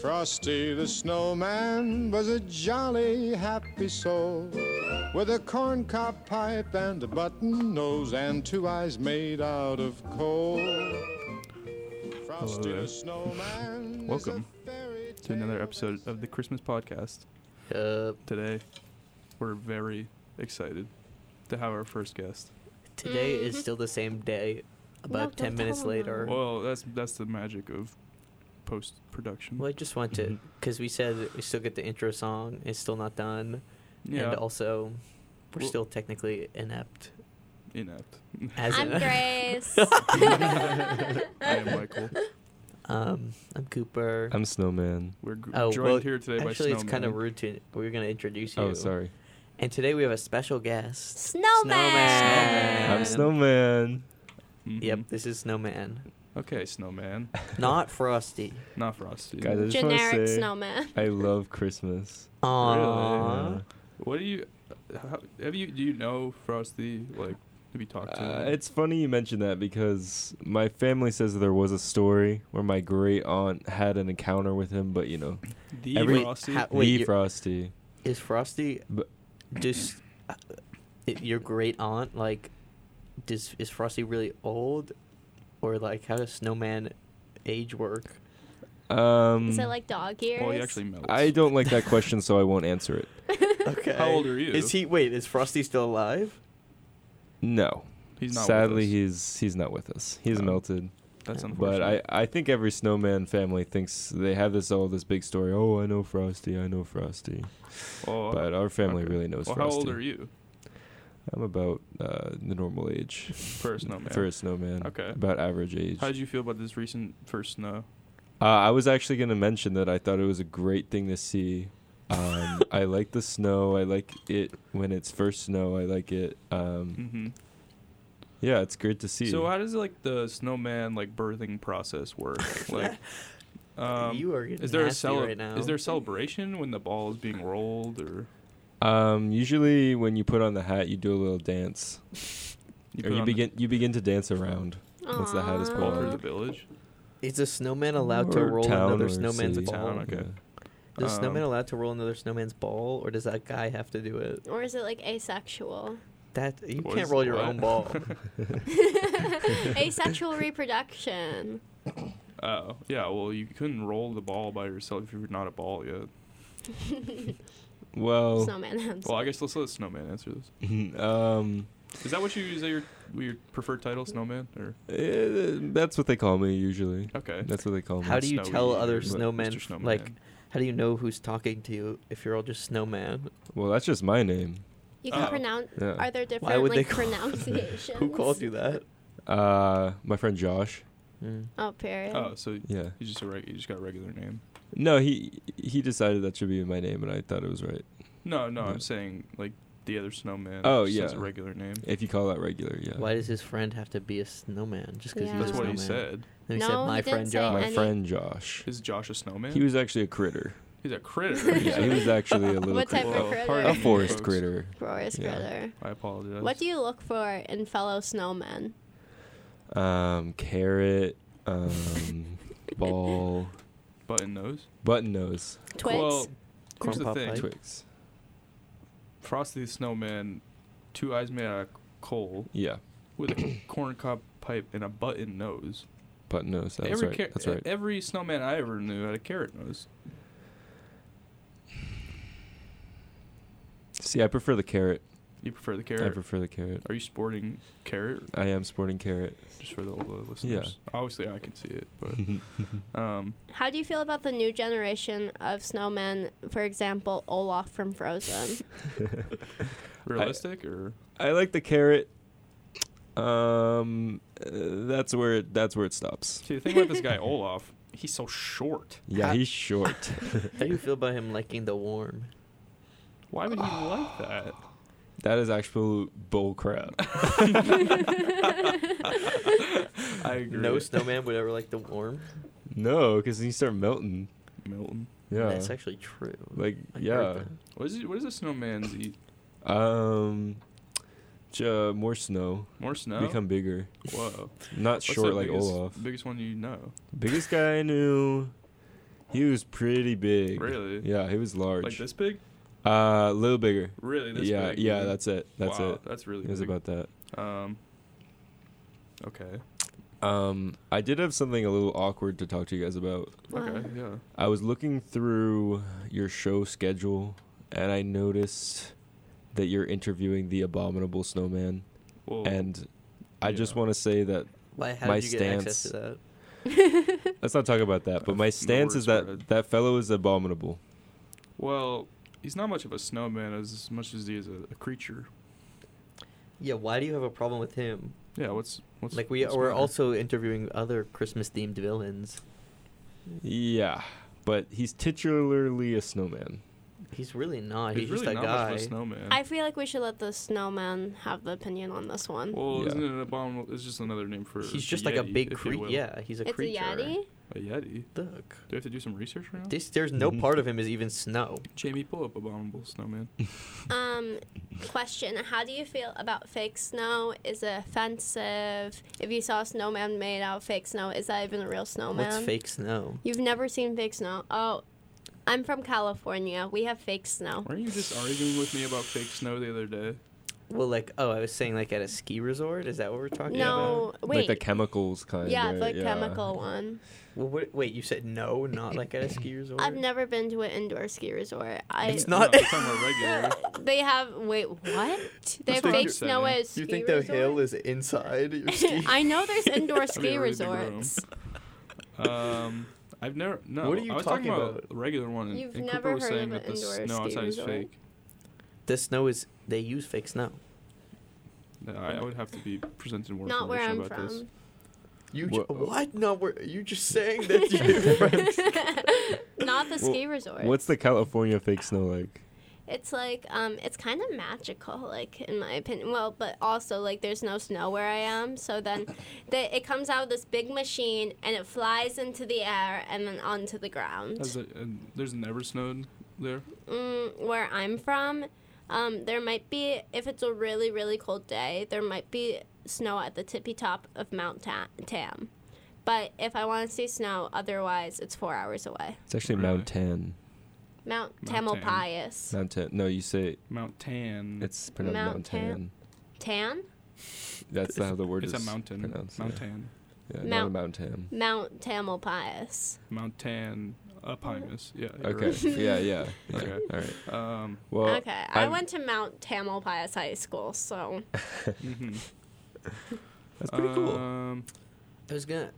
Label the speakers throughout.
Speaker 1: Frosty the snowman was a jolly happy soul with a corncob pipe and a button nose and two eyes made out of coal. Frosty
Speaker 2: there.
Speaker 1: the snowman. is a
Speaker 2: Welcome
Speaker 1: fairy
Speaker 2: to another
Speaker 1: tale
Speaker 2: episode of the Christmas podcast.
Speaker 3: Uh,
Speaker 2: Today, we're very excited to have our first guest.
Speaker 3: today is still the same day. About
Speaker 4: Mm-hmm. No,
Speaker 3: ten
Speaker 4: don't
Speaker 3: minutes
Speaker 4: tell him
Speaker 3: later.
Speaker 4: that.
Speaker 2: Well, that's that's the magic of post production.
Speaker 3: Well, I just want to,
Speaker 2: Mm-hmm.
Speaker 3: because we said we still get the intro song. It's still not done,
Speaker 2: Yeah,
Speaker 3: and also we're
Speaker 2: Well-
Speaker 3: still technically inept.
Speaker 2: inept.
Speaker 3: As
Speaker 4: I'm
Speaker 3: in-
Speaker 4: Grace.
Speaker 2: I am Michael.
Speaker 3: Um, I'm Cooper.
Speaker 5: I'm Snowman.
Speaker 2: We're g-
Speaker 3: Oh,
Speaker 2: joined
Speaker 3: well,
Speaker 2: here today by
Speaker 3: Actually,
Speaker 2: Snowman.
Speaker 3: it's kind of rude to. We're gonna introduce you.
Speaker 5: Oh, sorry.
Speaker 3: And today we have a special guest.
Speaker 4: Snowman.
Speaker 3: Snowman.
Speaker 5: I'm Snowman.
Speaker 2: Mhm.
Speaker 3: Yep, this is Snowman,
Speaker 2: Okay, Snowman,
Speaker 3: not Frosty.
Speaker 2: not Frosty.
Speaker 5: Guys, I just want to
Speaker 4: Generic
Speaker 5: say
Speaker 4: snowman.
Speaker 5: I love Christmas.
Speaker 3: Aww.
Speaker 5: Yeah.
Speaker 2: what do you? How, have you? Do you know Frosty? Like, have you talked to
Speaker 5: Uh,
Speaker 2: him?
Speaker 5: it's funny you mentioned that because my family says that there was a story where my great aunt had an encounter with him, but you know,
Speaker 2: the
Speaker 5: every- Wait,
Speaker 2: Frosty.
Speaker 3: how- Wait,
Speaker 5: the
Speaker 3: you-
Speaker 5: Frosty.
Speaker 3: Is Frosty
Speaker 5: But-
Speaker 3: just uh, it- your great aunt? Like, does is Frosty really old, or like how does Snowman age work?
Speaker 5: Um,
Speaker 3: Mm.
Speaker 4: Is it like dog ears?
Speaker 2: well, he actually melts.
Speaker 5: I don't like that question, so I won't answer it.
Speaker 3: Okay.
Speaker 2: How old are you?
Speaker 3: Is he? Wait, is Frosty still alive?
Speaker 5: No,
Speaker 2: He's not. with
Speaker 5: sadly,
Speaker 2: us.
Speaker 5: he's he's not with us. He's
Speaker 2: Oh.
Speaker 5: melted.
Speaker 2: That's unfortunate.
Speaker 5: But I, I think every snowman family thinks they have this all this big story. Oh, I know Frosty. I know Frosty.
Speaker 2: Oh,
Speaker 5: But our family
Speaker 2: okay.
Speaker 5: really knows
Speaker 2: well, how
Speaker 5: Frosty.
Speaker 2: old are you
Speaker 5: I'm about uh, the normal age
Speaker 2: for a snowman?
Speaker 5: for a snowman.
Speaker 2: Okay.
Speaker 5: About average age.
Speaker 2: How did you feel about this recent first snow?
Speaker 5: uh, I was actually going to mention that I thought it was a great thing to see. Um, I like the snow. I like it when it's first snow. I like it. Um,
Speaker 2: Mm-hmm.
Speaker 5: yeah, it's great to see.
Speaker 2: So how does like the snowman like birthing process work? like, um,
Speaker 3: you are getting
Speaker 2: is there a
Speaker 3: nasty
Speaker 2: cele-
Speaker 3: right now?
Speaker 2: is there a celebration when the ball is being rolled or
Speaker 5: um, usually, when you put on the hat, you do a little dance,
Speaker 2: you,
Speaker 5: or
Speaker 2: put
Speaker 5: you
Speaker 2: on the
Speaker 5: begin you begin to dance around. What's the hottest
Speaker 2: ball for
Speaker 5: Uh,
Speaker 2: the village?
Speaker 3: Is a snowman allowed to
Speaker 5: Or
Speaker 3: roll
Speaker 5: town
Speaker 3: another
Speaker 5: or
Speaker 3: snowman's
Speaker 5: city.
Speaker 3: ball?
Speaker 2: Town, okay.
Speaker 5: Yeah.
Speaker 3: Does
Speaker 2: Um,
Speaker 3: snowman allowed to roll another snowman's ball, or does that guy have to do it?
Speaker 4: Or is it like asexual?
Speaker 3: That you
Speaker 2: What
Speaker 3: can't
Speaker 2: is-
Speaker 3: roll your
Speaker 2: what?
Speaker 3: own ball.
Speaker 4: Asexual reproduction.
Speaker 2: Oh yeah, well you couldn't roll the ball by yourself if you're not a ball yet.
Speaker 3: Oh.
Speaker 5: Well,
Speaker 4: Snowman hands.
Speaker 2: Well, I guess let's let snowman answer this.
Speaker 5: um,
Speaker 2: Is that what you is that your your preferred title, snowman? Or
Speaker 5: eh, that's what they call me usually.
Speaker 2: okay,
Speaker 5: That's what they call me.
Speaker 3: How do you
Speaker 2: Snowy
Speaker 3: tell
Speaker 2: or
Speaker 3: other
Speaker 2: Mr.
Speaker 3: snowmen, f-
Speaker 2: Snowman.
Speaker 3: like, how do you know who's talking to you if you're all just snowman?
Speaker 5: well, that's just my name.
Speaker 4: you can
Speaker 2: Oh.
Speaker 4: pronounce.
Speaker 5: Yeah.
Speaker 4: Are there different
Speaker 3: Why would they
Speaker 4: like
Speaker 3: call-
Speaker 4: pronunciations?
Speaker 3: Who called you that?
Speaker 5: Uh, my friend Josh.
Speaker 3: Mm.
Speaker 4: Oh, period.
Speaker 2: Oh, so
Speaker 5: Yeah.
Speaker 2: you just a reg- you just got a regular name.
Speaker 5: No, he he decided that should be my name, and I thought it was right.
Speaker 2: No, no,
Speaker 5: No.
Speaker 2: I'm saying like the other snowman.
Speaker 5: Oh,
Speaker 2: just has
Speaker 5: yeah.
Speaker 2: a regular name.
Speaker 5: If you call that regular, yeah.
Speaker 3: Why does his friend have to be a snowman? Just because
Speaker 4: Yeah.
Speaker 3: he's
Speaker 2: That's
Speaker 3: a
Speaker 2: what
Speaker 3: snowman.
Speaker 2: he said.
Speaker 3: Then he
Speaker 4: No,
Speaker 3: said,
Speaker 4: he
Speaker 3: "My
Speaker 4: didn't
Speaker 3: friend
Speaker 4: say
Speaker 3: Josh."
Speaker 5: my
Speaker 4: any-
Speaker 5: friend Josh?
Speaker 2: Is Josh a snowman?
Speaker 5: He was actually a critter.
Speaker 2: He's a critter.
Speaker 5: yeah, he was actually a little
Speaker 4: What type
Speaker 5: critter.
Speaker 4: of
Speaker 2: Well,
Speaker 4: critter?
Speaker 5: a
Speaker 2: pardon me,
Speaker 5: forest
Speaker 2: folks.
Speaker 5: critter.
Speaker 4: Glorious
Speaker 5: Yeah.
Speaker 4: brother.
Speaker 2: I apologize.
Speaker 4: What do you look for in fellow snowmen?
Speaker 5: Um, carrot, um, ball,
Speaker 2: button nose?
Speaker 5: button nose,
Speaker 4: Twigs.
Speaker 2: Well, here's the
Speaker 3: Corn pop
Speaker 2: thing.
Speaker 3: pipe.
Speaker 5: Twix.
Speaker 2: Frosty the snowman, two eyes made out of coal
Speaker 5: Yeah,
Speaker 2: with a corncob pipe and a button nose.
Speaker 5: button nose. That's
Speaker 2: every
Speaker 5: right.
Speaker 2: car- eh,
Speaker 5: that's right.
Speaker 2: Every snowman I ever knew had a carrot nose.
Speaker 5: See, I prefer the carrot.
Speaker 2: You prefer the
Speaker 5: I
Speaker 2: eh. carrot?
Speaker 5: prefer the carrot.
Speaker 2: Are you sporting carrot?
Speaker 5: I am sporting carrot.
Speaker 2: Just for the older listeners. Obviously, I can see it, but um,
Speaker 4: How do you feel about the new generation of snowmen? For example, Olaf from Frozen.
Speaker 2: realistic or
Speaker 5: I like the carrot. Um, uh, that's where it, that's where it stops.
Speaker 2: see the thing about this guy Olaf, he's so short.
Speaker 5: Yeah,
Speaker 3: How-
Speaker 5: he's short.
Speaker 3: How do you feel about him liking the warm?
Speaker 2: Why would he like that?
Speaker 5: that is actual bull crap.
Speaker 2: I agree.
Speaker 3: No snowman would ever like the warm.
Speaker 5: No, because then you start melting.
Speaker 2: Milton.
Speaker 5: Yeah,
Speaker 3: That's actually true.
Speaker 5: like
Speaker 3: I heard
Speaker 5: yeah.
Speaker 3: that.
Speaker 2: What is it, what does a snowman's eat?
Speaker 5: Um, J- Uh, more snow.
Speaker 2: More snow.
Speaker 5: Become bigger.
Speaker 2: Whoa.
Speaker 5: Not
Speaker 2: What's
Speaker 5: short
Speaker 2: the
Speaker 5: like
Speaker 2: biggest,
Speaker 5: Olaf.
Speaker 2: Biggest one you know.
Speaker 5: Biggest guy I knew. He was pretty big.
Speaker 2: Really?
Speaker 5: Yeah, he was large.
Speaker 2: Like this big?
Speaker 5: Uh, a little bigger.
Speaker 2: Really? This
Speaker 5: yeah,
Speaker 2: big?
Speaker 5: yeah,
Speaker 2: Ooh.
Speaker 5: that's it. That's
Speaker 2: wow,
Speaker 5: it.
Speaker 2: That's really
Speaker 5: It was
Speaker 2: big.
Speaker 5: about that.
Speaker 2: Um. Okay.
Speaker 5: Um, I did have something a little awkward to talk to you guys about.
Speaker 4: Wow.
Speaker 2: Okay. Yeah.
Speaker 5: I was looking through your show schedule and I noticed that you're interviewing the abominable snowman
Speaker 2: Well,
Speaker 5: and I just
Speaker 2: Oh. yeah.
Speaker 5: want to say that
Speaker 3: Why? How
Speaker 5: My
Speaker 3: did you get access to
Speaker 5: stance-
Speaker 3: that?
Speaker 5: let's not talk about that, but
Speaker 2: Uh,
Speaker 5: my
Speaker 2: no
Speaker 5: stance is
Speaker 2: words
Speaker 5: that
Speaker 2: were read.
Speaker 5: that fellow is abominable.
Speaker 2: well, he's not much of a snowman as much as he is a, a creature.
Speaker 3: Yeah. Why do you have a problem with him?
Speaker 2: Yeah. What's what's
Speaker 3: like we
Speaker 2: what's
Speaker 3: we're
Speaker 2: matter?
Speaker 3: also interviewing other Christmas themed villains.
Speaker 5: Yeah, but he's titularly a snowman.
Speaker 3: He's really not.
Speaker 2: He's
Speaker 3: He's,
Speaker 2: really
Speaker 3: just a
Speaker 2: not much
Speaker 3: guy.
Speaker 2: of a snowman.
Speaker 4: I feel like we should let the snowman have the opinion on this one.
Speaker 2: well,
Speaker 5: Yeah.
Speaker 2: isn't it an abominable? It's just another name for.
Speaker 3: He's just like a
Speaker 2: yeti,
Speaker 3: big
Speaker 2: if you
Speaker 3: creature.
Speaker 2: will.
Speaker 3: Yeah, he's a
Speaker 4: it's
Speaker 3: creature.
Speaker 4: a yeti.
Speaker 2: A yeti.
Speaker 3: Look,
Speaker 2: Do we have to do some research right now?
Speaker 3: this, there's no
Speaker 5: Mhm.
Speaker 3: part of him is even snow.
Speaker 2: Jamie, pull up abominable snowman.
Speaker 4: Um, question: How do you feel about fake snow? Is it offensive? If you saw a snowman made out of fake snow, is that even a real snowman?
Speaker 3: What's fake snow?
Speaker 4: You've never seen fake snow? Oh, I'm from California. We have fake snow.
Speaker 2: Weren't you just arguing with me about fake snow the other day?
Speaker 3: Well, like oh, I was saying like at a ski resort. Is that what we're talking about?
Speaker 4: No, wait.
Speaker 5: Like the chemicals kind.
Speaker 4: yeah,
Speaker 5: right?
Speaker 4: the chemical one.
Speaker 3: Well, what, wait, you said no, not like at a ski resort.
Speaker 4: I've never been to an indoor ski resort. I
Speaker 3: It's
Speaker 2: No,
Speaker 3: not-
Speaker 2: I'm talking about regular.
Speaker 4: they have wait what? They have
Speaker 2: what
Speaker 4: fake
Speaker 2: I'm
Speaker 4: snow
Speaker 2: saying.
Speaker 4: at a ski
Speaker 3: you think
Speaker 4: resort?
Speaker 3: the hill is inside your ski?
Speaker 4: I know there's indoor
Speaker 2: That'd be
Speaker 4: ski
Speaker 2: a really big room.
Speaker 4: resorts.
Speaker 2: Um, I've never. No,
Speaker 3: What are you
Speaker 2: I was
Speaker 3: talking
Speaker 2: about?
Speaker 3: about?
Speaker 2: the regular one. and-
Speaker 4: You've
Speaker 2: and
Speaker 4: never
Speaker 2: Cooper was
Speaker 4: heard
Speaker 2: saying
Speaker 4: of
Speaker 2: that the
Speaker 4: an indoor
Speaker 2: snow
Speaker 4: ski
Speaker 2: outside
Speaker 4: resort?
Speaker 2: is fake.
Speaker 3: The snow is they use fake snow.
Speaker 2: No, I, I would have to be presented more
Speaker 4: Not where
Speaker 2: information
Speaker 4: I'm
Speaker 2: about this.
Speaker 4: from.
Speaker 3: You
Speaker 5: ju- Wha-
Speaker 3: what? No, we're, you just saying that you friends.
Speaker 4: Not the
Speaker 5: Well,
Speaker 4: ski resort.
Speaker 5: What's the California fake snow like?
Speaker 4: It's like um, it's kind of magical, like in my opinion. Well, but also like there's no snow where I am, so then they, it comes out of this big machine and it flies into the air and then onto the
Speaker 2: Has
Speaker 4: ground.
Speaker 2: it- and there's never snowed there.
Speaker 4: Mm, where I'm from, um, there might be if it's a really really cold day, there might be snow at the tippy top of Mount Ta- Tam. But if I want to see snow, otherwise it's four hours away.
Speaker 5: It's actually
Speaker 2: Really?
Speaker 5: Mount Tan.
Speaker 4: Mount,
Speaker 2: Mount Tam.
Speaker 4: Tamalpais.
Speaker 5: Mount Tan. No, you say
Speaker 2: Mount Tan.
Speaker 5: it's pronounced
Speaker 4: Mount
Speaker 5: Mount,
Speaker 4: Tan.
Speaker 5: Tan.
Speaker 4: Tan?
Speaker 5: That's how the word
Speaker 2: it's a
Speaker 5: is
Speaker 2: mountain.
Speaker 5: pronounced, yeah.
Speaker 2: Mount Tan.
Speaker 5: Yeah, not a
Speaker 4: Mount-
Speaker 5: Mount Tan.
Speaker 4: Mount Tamalpais.
Speaker 2: Mount Tan. Up Hymus. Yeah. you're
Speaker 5: Okay. yeah, yeah. yeah.
Speaker 2: Okay.
Speaker 5: All right.
Speaker 2: right. Um.
Speaker 5: Well,
Speaker 4: okay, i
Speaker 5: I'm-
Speaker 4: went to Mount Tamalpais High School, so
Speaker 2: mhm.
Speaker 5: that's pretty cool.
Speaker 2: Um,
Speaker 3: I was gonna.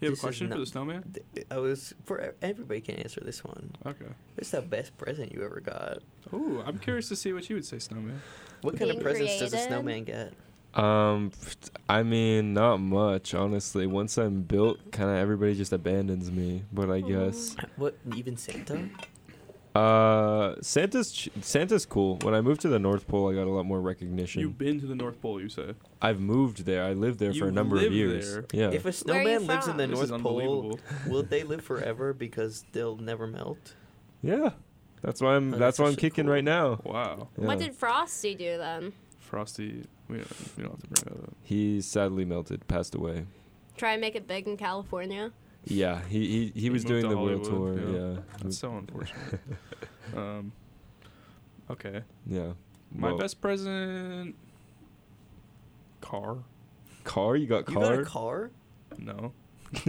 Speaker 2: you have
Speaker 3: This
Speaker 2: a
Speaker 3: is
Speaker 2: question for
Speaker 3: not-
Speaker 2: the snowman?
Speaker 3: I was for e, everybody can answer this one.
Speaker 2: Okay.
Speaker 3: What's the best present you ever got?
Speaker 2: Ooh, I'm curious to see what you would say, snowman.
Speaker 3: What kind of
Speaker 4: Being
Speaker 3: presents does a
Speaker 4: created.
Speaker 3: snowman get?
Speaker 5: Um, pfft, I mean, not much, honestly. Once I'm built, kind of everybody just abandons me. But I guess
Speaker 3: What even Santa?
Speaker 5: uh, Santa's ch- Santa's cool. When I moved to the North Pole, I got a lot more recognition.
Speaker 2: You've been to the North Pole, you say?
Speaker 5: I've moved there. I lived there for
Speaker 2: You
Speaker 5: a number of
Speaker 2: lived
Speaker 5: years.
Speaker 2: there?
Speaker 5: Yeah.
Speaker 3: If a
Speaker 4: Where are you
Speaker 3: snowman lives in the
Speaker 4: from?
Speaker 2: This is
Speaker 3: North Pole,
Speaker 2: unbelievable.
Speaker 3: will they live forever because they'll never melt?
Speaker 5: yeah. That's why I'm.
Speaker 3: Oh,
Speaker 5: that's
Speaker 3: that's
Speaker 5: why I'm
Speaker 3: actually
Speaker 5: kicking
Speaker 3: cool.
Speaker 5: right now.
Speaker 2: Wow.
Speaker 4: what
Speaker 5: Yeah.
Speaker 4: did Frosty do then?
Speaker 2: Frosty, we don't, we don't have to bring that up.
Speaker 5: He sadly melted, passed away.
Speaker 4: Try and make it big in California.
Speaker 5: Yeah, he he, he was
Speaker 2: moved
Speaker 5: doing
Speaker 2: to
Speaker 5: the world tour.
Speaker 2: Hollywood, yeah.
Speaker 5: Yeah,
Speaker 2: That's
Speaker 3: Mm.
Speaker 2: so unfortunate. um, okay.
Speaker 5: yeah.
Speaker 2: My
Speaker 5: Well,
Speaker 2: best present. Car?
Speaker 5: car. You got
Speaker 3: You
Speaker 5: car.
Speaker 3: got a car?
Speaker 2: No.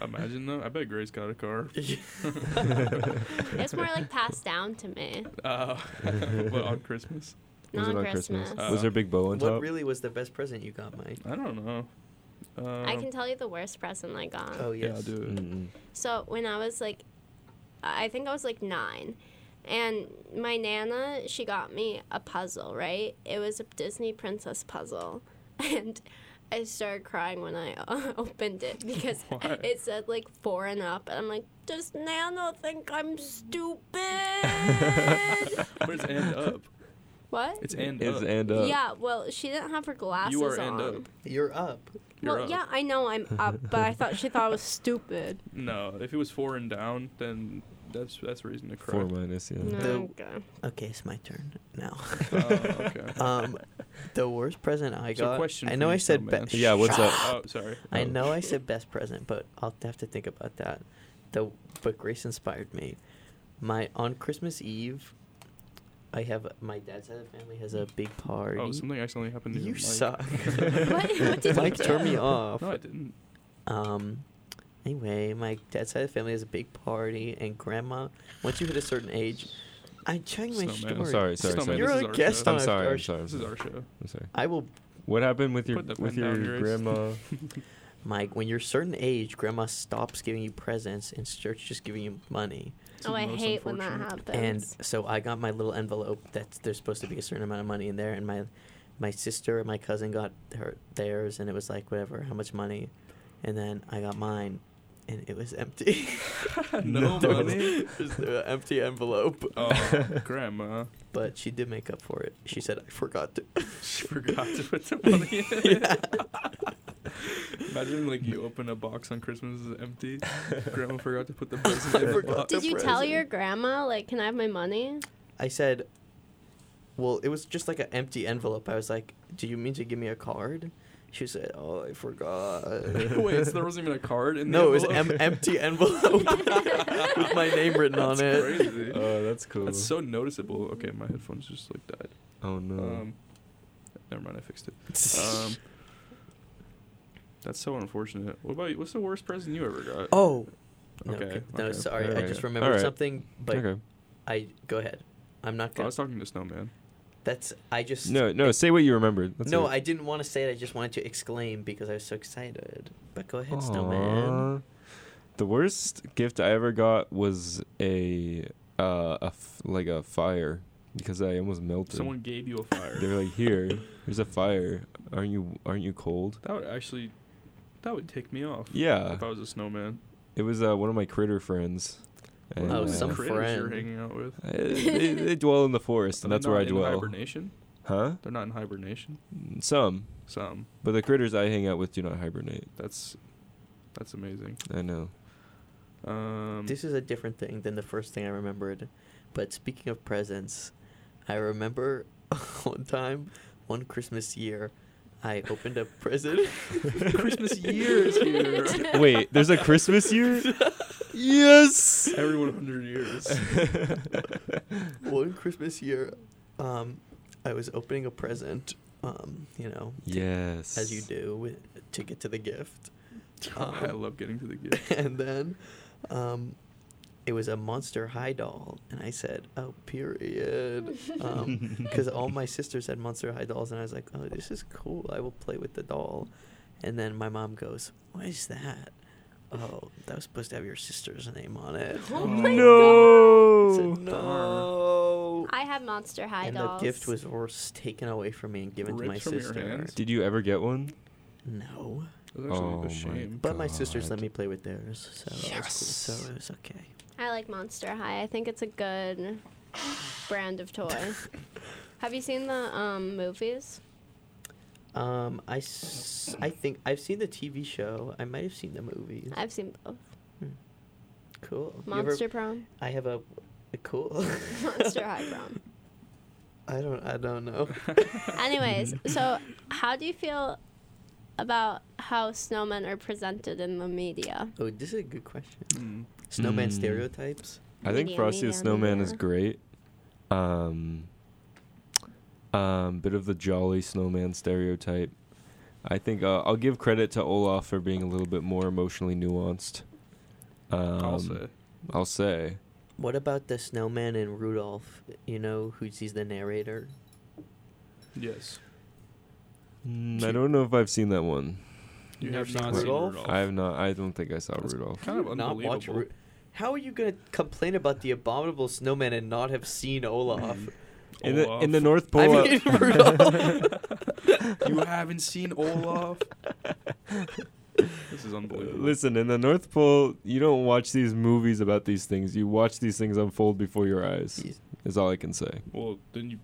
Speaker 2: Imagine though. I bet Grace got a car.
Speaker 4: It's more like passed down to me.
Speaker 2: Uh, but on Christmas?
Speaker 4: Not
Speaker 5: Was it on
Speaker 4: Christmas.
Speaker 5: Christmas?
Speaker 2: Uh,
Speaker 5: was there a big bow on
Speaker 3: What
Speaker 5: top?
Speaker 3: really was the best present you got, Mike?
Speaker 2: I don't know. Um,
Speaker 4: I can tell you the worst present I got.
Speaker 3: Oh
Speaker 2: Yeah,
Speaker 3: yes.
Speaker 2: I'll do it.
Speaker 5: Mm-mm.
Speaker 4: So when I was like, I think I was like nine, and my nana she got me a puzzle. Right, it was a Disney princess puzzle, and I started crying when I uh, opened it because
Speaker 2: Why?
Speaker 4: it said like four and up, and I'm like, does nana think I'm stupid?
Speaker 2: But it's and up.
Speaker 4: what?
Speaker 2: It's and up.
Speaker 5: It's and up.
Speaker 4: yeah, well, she didn't have her glasses
Speaker 2: You are and
Speaker 4: on.
Speaker 2: up.
Speaker 3: You're up.
Speaker 2: You're
Speaker 4: well,
Speaker 2: up.
Speaker 4: yeah, I know I'm up, but I thought she thought I was stupid.
Speaker 2: No, if it was four and down, then that's that's reason to cry.
Speaker 5: Four minus. Yeah.
Speaker 4: No,
Speaker 3: The-
Speaker 4: okay.
Speaker 3: Okay, it's my turn now.
Speaker 2: Oh, okay.
Speaker 3: Um, the worst present I
Speaker 2: So
Speaker 3: got.
Speaker 2: question
Speaker 3: I
Speaker 2: for
Speaker 3: know
Speaker 2: you,
Speaker 3: I said
Speaker 2: Snowman.
Speaker 3: best.
Speaker 5: Yeah, what's up?
Speaker 2: Oh, sorry.
Speaker 3: I
Speaker 5: Oh.
Speaker 3: know I said best present, but I'll have to think about that. The but Grace inspired me. My on Christmas Eve, I have my dad's side of the family has a big party.
Speaker 2: Oh, something accidentally happened to
Speaker 3: you
Speaker 2: your mic.
Speaker 3: suck.
Speaker 4: What? What did
Speaker 3: Mike
Speaker 4: you
Speaker 3: turned me
Speaker 4: do?
Speaker 3: off.
Speaker 2: No, I didn't.
Speaker 3: Um. Anyway, my dad's side of the family has a big party, and Grandma. Once you hit a certain age, I changed my
Speaker 2: Snowman.
Speaker 3: story.
Speaker 2: I'm
Speaker 5: sorry, sorry,
Speaker 2: Snowman,
Speaker 5: sorry.
Speaker 3: You're
Speaker 2: this
Speaker 3: a
Speaker 2: is our
Speaker 3: guest
Speaker 2: show.
Speaker 3: on
Speaker 5: I'm
Speaker 3: our-
Speaker 5: sorry,
Speaker 3: our
Speaker 5: I'm
Speaker 3: sh-
Speaker 5: sorry. I'm
Speaker 2: This is
Speaker 5: sorry.
Speaker 2: our show.
Speaker 5: I'm sorry.
Speaker 3: I will
Speaker 5: What happened with your
Speaker 2: Put the
Speaker 5: with
Speaker 2: pen
Speaker 5: your
Speaker 2: down, Grace.
Speaker 5: grandma?
Speaker 3: Mike, when you're a certain age, grandma stops giving you presents and starts just giving you money.
Speaker 2: This
Speaker 4: Oh,
Speaker 2: is
Speaker 4: I
Speaker 2: most
Speaker 4: hate when that
Speaker 2: unfortunate.
Speaker 4: happens.
Speaker 3: And so I got my little envelope that's there's supposed to be a certain amount of money in there, and my my sister and my cousin got her theirs, and it was like whatever, how much money, and then I got mine, and it was empty.
Speaker 2: No
Speaker 3: There was-
Speaker 2: money?
Speaker 3: Just an empty envelope.
Speaker 2: Oh, grandma.
Speaker 3: But she did make up for it. She said I forgot to.
Speaker 2: She forgot to put the money in. Imagine like you open a box on Christmas it's empty. Grandma forgot to put the present in the
Speaker 3: forgot
Speaker 2: box.
Speaker 3: to
Speaker 4: Did you tell
Speaker 3: present.
Speaker 4: your grandma like, "Can I have my money?"
Speaker 3: I said, well, it was just like an empty envelope. I was like, do you mean to give me a card? She said, oh, I forgot.
Speaker 2: Wait, so there wasn't even a card in
Speaker 3: no, it
Speaker 2: the
Speaker 3: was
Speaker 2: envelope?
Speaker 3: em- empty envelope with my name written on it.
Speaker 2: That's crazy.
Speaker 5: Oh, that's cool.
Speaker 2: That's so noticeable. Okay, my headphones just like died.
Speaker 5: oh no.
Speaker 2: Um, never mind, I fixed it. Um, that's so unfortunate. What about you? What's the worst present you ever got?
Speaker 3: Oh. No,
Speaker 2: Okay,
Speaker 3: okay, no
Speaker 2: okay,
Speaker 3: sorry. I
Speaker 5: Uh, alright,
Speaker 3: just remembered
Speaker 5: alright.
Speaker 3: something, but
Speaker 5: okay. Oh,
Speaker 3: I go ahead. I'm not
Speaker 2: Oh, I
Speaker 3: gonna.
Speaker 2: was talking to Snowman.
Speaker 3: That's I just
Speaker 5: No, no. Say what you remembered. That's
Speaker 3: no,
Speaker 5: it.
Speaker 3: I didn't want to say it. I just wanted to exclaim because I was so excited. But go ahead, snowman.
Speaker 5: Aw. The worst gift I ever got was a uh, a f- like a fire because I almost melted.
Speaker 2: Someone gave you a fire.
Speaker 5: they were like, "Here, here's a fire. Aren't you aren't you cold?"
Speaker 2: that would actually, that would take me off.
Speaker 5: Yeah,
Speaker 2: If I was a snowman.
Speaker 5: it was uh, one of my critter friends. And,
Speaker 3: Oh,
Speaker 5: uh,
Speaker 3: some
Speaker 2: critters
Speaker 3: friend.
Speaker 2: you're hanging out with.
Speaker 5: uh, they, they dwell in the forest, and
Speaker 2: They're
Speaker 5: that's where
Speaker 2: not
Speaker 5: I
Speaker 2: in
Speaker 5: dwell.
Speaker 2: Hibernation.
Speaker 5: Huh?
Speaker 2: They're not in hibernation.
Speaker 5: Some,
Speaker 2: Some.
Speaker 5: but the critters I hang out with do not hibernate.
Speaker 2: That's, that's amazing.
Speaker 5: I know.
Speaker 2: Um,
Speaker 3: This is a different thing than the first thing I remembered. But speaking of presents, I remember one time, one Christmas year, I opened a present.
Speaker 2: Christmas year is here.
Speaker 5: Wait, there's a Christmas year? yes.
Speaker 2: Every 100 years.
Speaker 3: one Christmas year, um, I was opening a present, um, you know,
Speaker 5: Yes.
Speaker 3: as you do with, to get to the gift. Um,
Speaker 2: I love getting to the gift.
Speaker 3: and then um, it was a Monster High doll, and I said, "Oh, period," because all my sisters had Monster High dolls, and I was like, "Oh, this is cool. I will play with the doll." And then my mom goes, "What is that?" Oh, that was supposed to have your sister's name on it.
Speaker 4: Oh
Speaker 2: Um,
Speaker 4: my
Speaker 3: I
Speaker 5: No.
Speaker 3: said, no.
Speaker 4: I have Monster High
Speaker 3: and
Speaker 4: dolls.
Speaker 3: the gift was worse taken away from me and given to
Speaker 2: Ripped
Speaker 3: my
Speaker 2: from your
Speaker 3: sister.
Speaker 2: hands?
Speaker 5: Did you ever get one?
Speaker 3: No,
Speaker 2: That's actually
Speaker 5: Oh my
Speaker 2: a shame.
Speaker 3: but my sisters let
Speaker 5: God.
Speaker 3: me play with theirs, so that was cool.
Speaker 5: Yes.
Speaker 3: so it was okay.
Speaker 4: I like Monster High. I think it's a good brand of toy. Have you seen the um, movies?
Speaker 3: Um, I, s- I think I've seen the TV show. I might have seen the movies.
Speaker 4: I've seen both.
Speaker 3: cool. You ever-
Speaker 4: Monster Prom,
Speaker 3: I have a, a cool.
Speaker 4: Monster High Prom.
Speaker 3: I don't. I don't know.
Speaker 4: Anyways, so how do you feel about how snowmen are presented in the media?
Speaker 3: Oh, this is a good question.
Speaker 2: Mm.
Speaker 3: Snowman
Speaker 5: Mm.
Speaker 3: stereotypes.
Speaker 5: I think
Speaker 4: Media,
Speaker 5: Frosty the
Speaker 4: media,
Speaker 5: Snowman is
Speaker 4: media.
Speaker 5: great. Um, um, bit of the jolly snowman stereotype. I think uh, I'll give credit to Olaf for being a little bit more emotionally nuanced. Um,
Speaker 2: I'll say.
Speaker 5: I'll say.
Speaker 3: What about the snowman and Rudolph? You know who sees the narrator?
Speaker 2: Yes.
Speaker 5: Mm, I don't know if I've seen that one.
Speaker 2: You
Speaker 3: Never
Speaker 2: have
Speaker 3: seen
Speaker 2: not seen
Speaker 3: Rudolph?
Speaker 2: Rudolph.
Speaker 5: I have not. I don't think I saw Rudolph.
Speaker 2: Kind of
Speaker 3: Did you not watch
Speaker 2: unbelievable.
Speaker 3: Ru- How are you gonna complain about the abominable snowman and not have seen Olaf?
Speaker 2: Hmm.
Speaker 5: In the in
Speaker 2: Olaf.
Speaker 5: the North
Speaker 3: I
Speaker 5: Pole. uh,
Speaker 3: mean Rudolph.
Speaker 2: you haven't seen Olaf. this is unbelievable.
Speaker 5: uh, Listen, in the North Pole, you don't watch these movies about these things. You watch these things unfold before your eyes.
Speaker 3: Jeez.
Speaker 5: Is all I can say.
Speaker 2: Well, then you